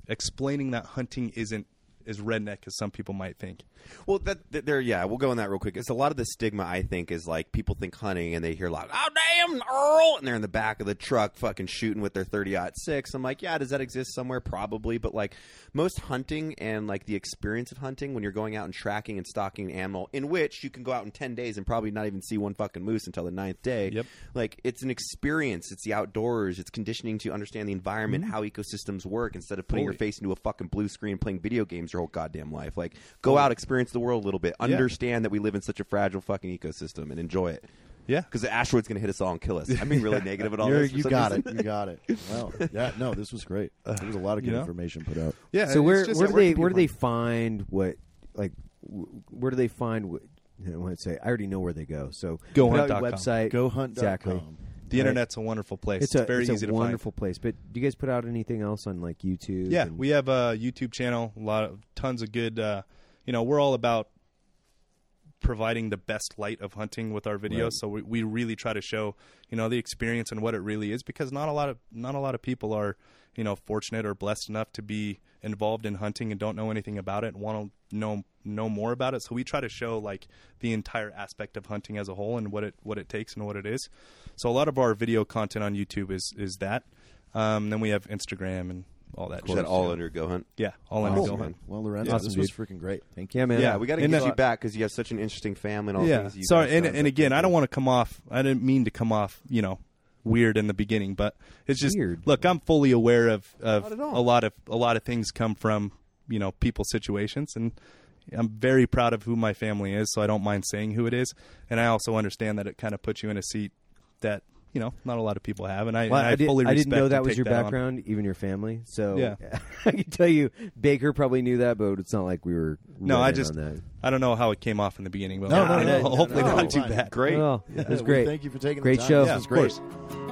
[SPEAKER 4] explaining that hunting isn't as redneck as some people might think
[SPEAKER 2] Well, that, that there. Yeah, we'll go on that real quick. It's a lot of the stigma. I think is like people think hunting and they hear like, oh damn, Earl, and they're in the back of the truck fucking shooting with their thirty six. I'm like, yeah, does that exist somewhere? Probably, but like most hunting and like the experience of hunting when you're going out and tracking and stalking an animal, in which you can go out in ten days and probably not even see one fucking moose until the ninth day.
[SPEAKER 4] Yep.
[SPEAKER 2] Like it's an experience. It's the outdoors. It's conditioning to understand the environment,
[SPEAKER 4] Mm-hmm.
[SPEAKER 2] how ecosystems work, instead of putting your face into a fucking blue screen playing video games your whole goddamn life. Like go out, experience the world a little bit, understand that we live in such a fragile fucking ecosystem, and enjoy it.
[SPEAKER 4] yeah
[SPEAKER 2] Because the asteroid's gonna hit us all and kill us. I'm being really negative at all.
[SPEAKER 5] You're,
[SPEAKER 2] this for
[SPEAKER 5] you
[SPEAKER 2] some
[SPEAKER 5] got
[SPEAKER 2] reason.
[SPEAKER 5] it. You got it. Wow. Yeah. No, this was great. There was a lot of good
[SPEAKER 4] You know?
[SPEAKER 5] information put out.
[SPEAKER 4] yeah
[SPEAKER 1] So where where do they where do they find what like w- where do they find what I want to say I already know where they go. So
[SPEAKER 4] Go
[SPEAKER 1] put out
[SPEAKER 4] hunt dot
[SPEAKER 1] your
[SPEAKER 4] com.
[SPEAKER 1] website
[SPEAKER 5] Go hunt.
[SPEAKER 1] exactly.
[SPEAKER 4] The internet's a wonderful place. It's,
[SPEAKER 1] It's, a
[SPEAKER 4] very
[SPEAKER 1] it's a
[SPEAKER 4] easy to find.
[SPEAKER 1] wonderful place. But do you guys put out anything else on like YouTube?
[SPEAKER 4] Yeah,
[SPEAKER 1] and-
[SPEAKER 4] we have a YouTube channel, a lot of tons of good. Uh, you know, we're all about providing the best light of hunting with our videos. So we, we really try to show you know the experience and what it really is because not a lot of not a lot of people are you know fortunate or blessed enough to be involved in hunting and don't know anything about it and want to know know more about it. So we try to show like the entire aspect of hunting as a whole and what it what it takes and what it is. So a lot of our video content on YouTube is is that. Um, then we have Instagram and all that.
[SPEAKER 2] Is
[SPEAKER 4] shit.
[SPEAKER 2] that all under Go Hunt?
[SPEAKER 4] Yeah, all under
[SPEAKER 5] Awesome,
[SPEAKER 4] Go
[SPEAKER 5] man.
[SPEAKER 4] Hunt.
[SPEAKER 5] Well, Lorenzo,
[SPEAKER 1] Awesome,
[SPEAKER 5] this was
[SPEAKER 1] dude.
[SPEAKER 5] freaking great. Thank you.
[SPEAKER 1] Yeah, man.
[SPEAKER 4] Yeah,
[SPEAKER 2] Yeah, we got to
[SPEAKER 4] And
[SPEAKER 2] get
[SPEAKER 4] that-
[SPEAKER 2] you back because you have such an interesting family and all the
[SPEAKER 4] Yeah.
[SPEAKER 2] things that you
[SPEAKER 4] Sorry,
[SPEAKER 2] guys
[SPEAKER 4] and
[SPEAKER 2] done.
[SPEAKER 4] and again, I don't want to come off. I didn't mean to come off. You know, weird in the beginning, but it's just
[SPEAKER 1] Weird.
[SPEAKER 4] look. I'm fully aware of
[SPEAKER 2] Not
[SPEAKER 4] of
[SPEAKER 2] at all.
[SPEAKER 4] a lot of a lot of things come from you know people's situations, and I'm very proud of who my family is. So I don't mind saying who it is, and I also understand that it kind of puts you in a seat that you know not a lot of people have, and I,
[SPEAKER 1] Well,
[SPEAKER 4] and
[SPEAKER 1] I,
[SPEAKER 4] I,
[SPEAKER 1] did,
[SPEAKER 4] fully
[SPEAKER 1] I
[SPEAKER 4] respect
[SPEAKER 1] didn't know
[SPEAKER 4] and
[SPEAKER 1] that was
[SPEAKER 4] take
[SPEAKER 1] your
[SPEAKER 4] on.
[SPEAKER 1] background, even your family. So
[SPEAKER 4] Yeah.
[SPEAKER 1] I can tell you, Baker probably knew that, but it's not like we were.
[SPEAKER 4] No,
[SPEAKER 1] right
[SPEAKER 4] I
[SPEAKER 1] in
[SPEAKER 4] just
[SPEAKER 1] on that.
[SPEAKER 4] I don't know how it came off in the beginning, but
[SPEAKER 5] No, no,
[SPEAKER 4] I-
[SPEAKER 5] no, no,
[SPEAKER 4] hopefully
[SPEAKER 5] no,
[SPEAKER 4] not
[SPEAKER 5] no,
[SPEAKER 4] too
[SPEAKER 5] fine.
[SPEAKER 4] bad.
[SPEAKER 2] Oh, Great.
[SPEAKER 1] Well, it
[SPEAKER 5] we
[SPEAKER 1] was Oh, great.
[SPEAKER 5] Thank you for taking
[SPEAKER 1] Great
[SPEAKER 5] the time.
[SPEAKER 1] show.
[SPEAKER 5] This
[SPEAKER 1] Yeah,
[SPEAKER 5] was
[SPEAKER 1] of
[SPEAKER 5] great.
[SPEAKER 4] course.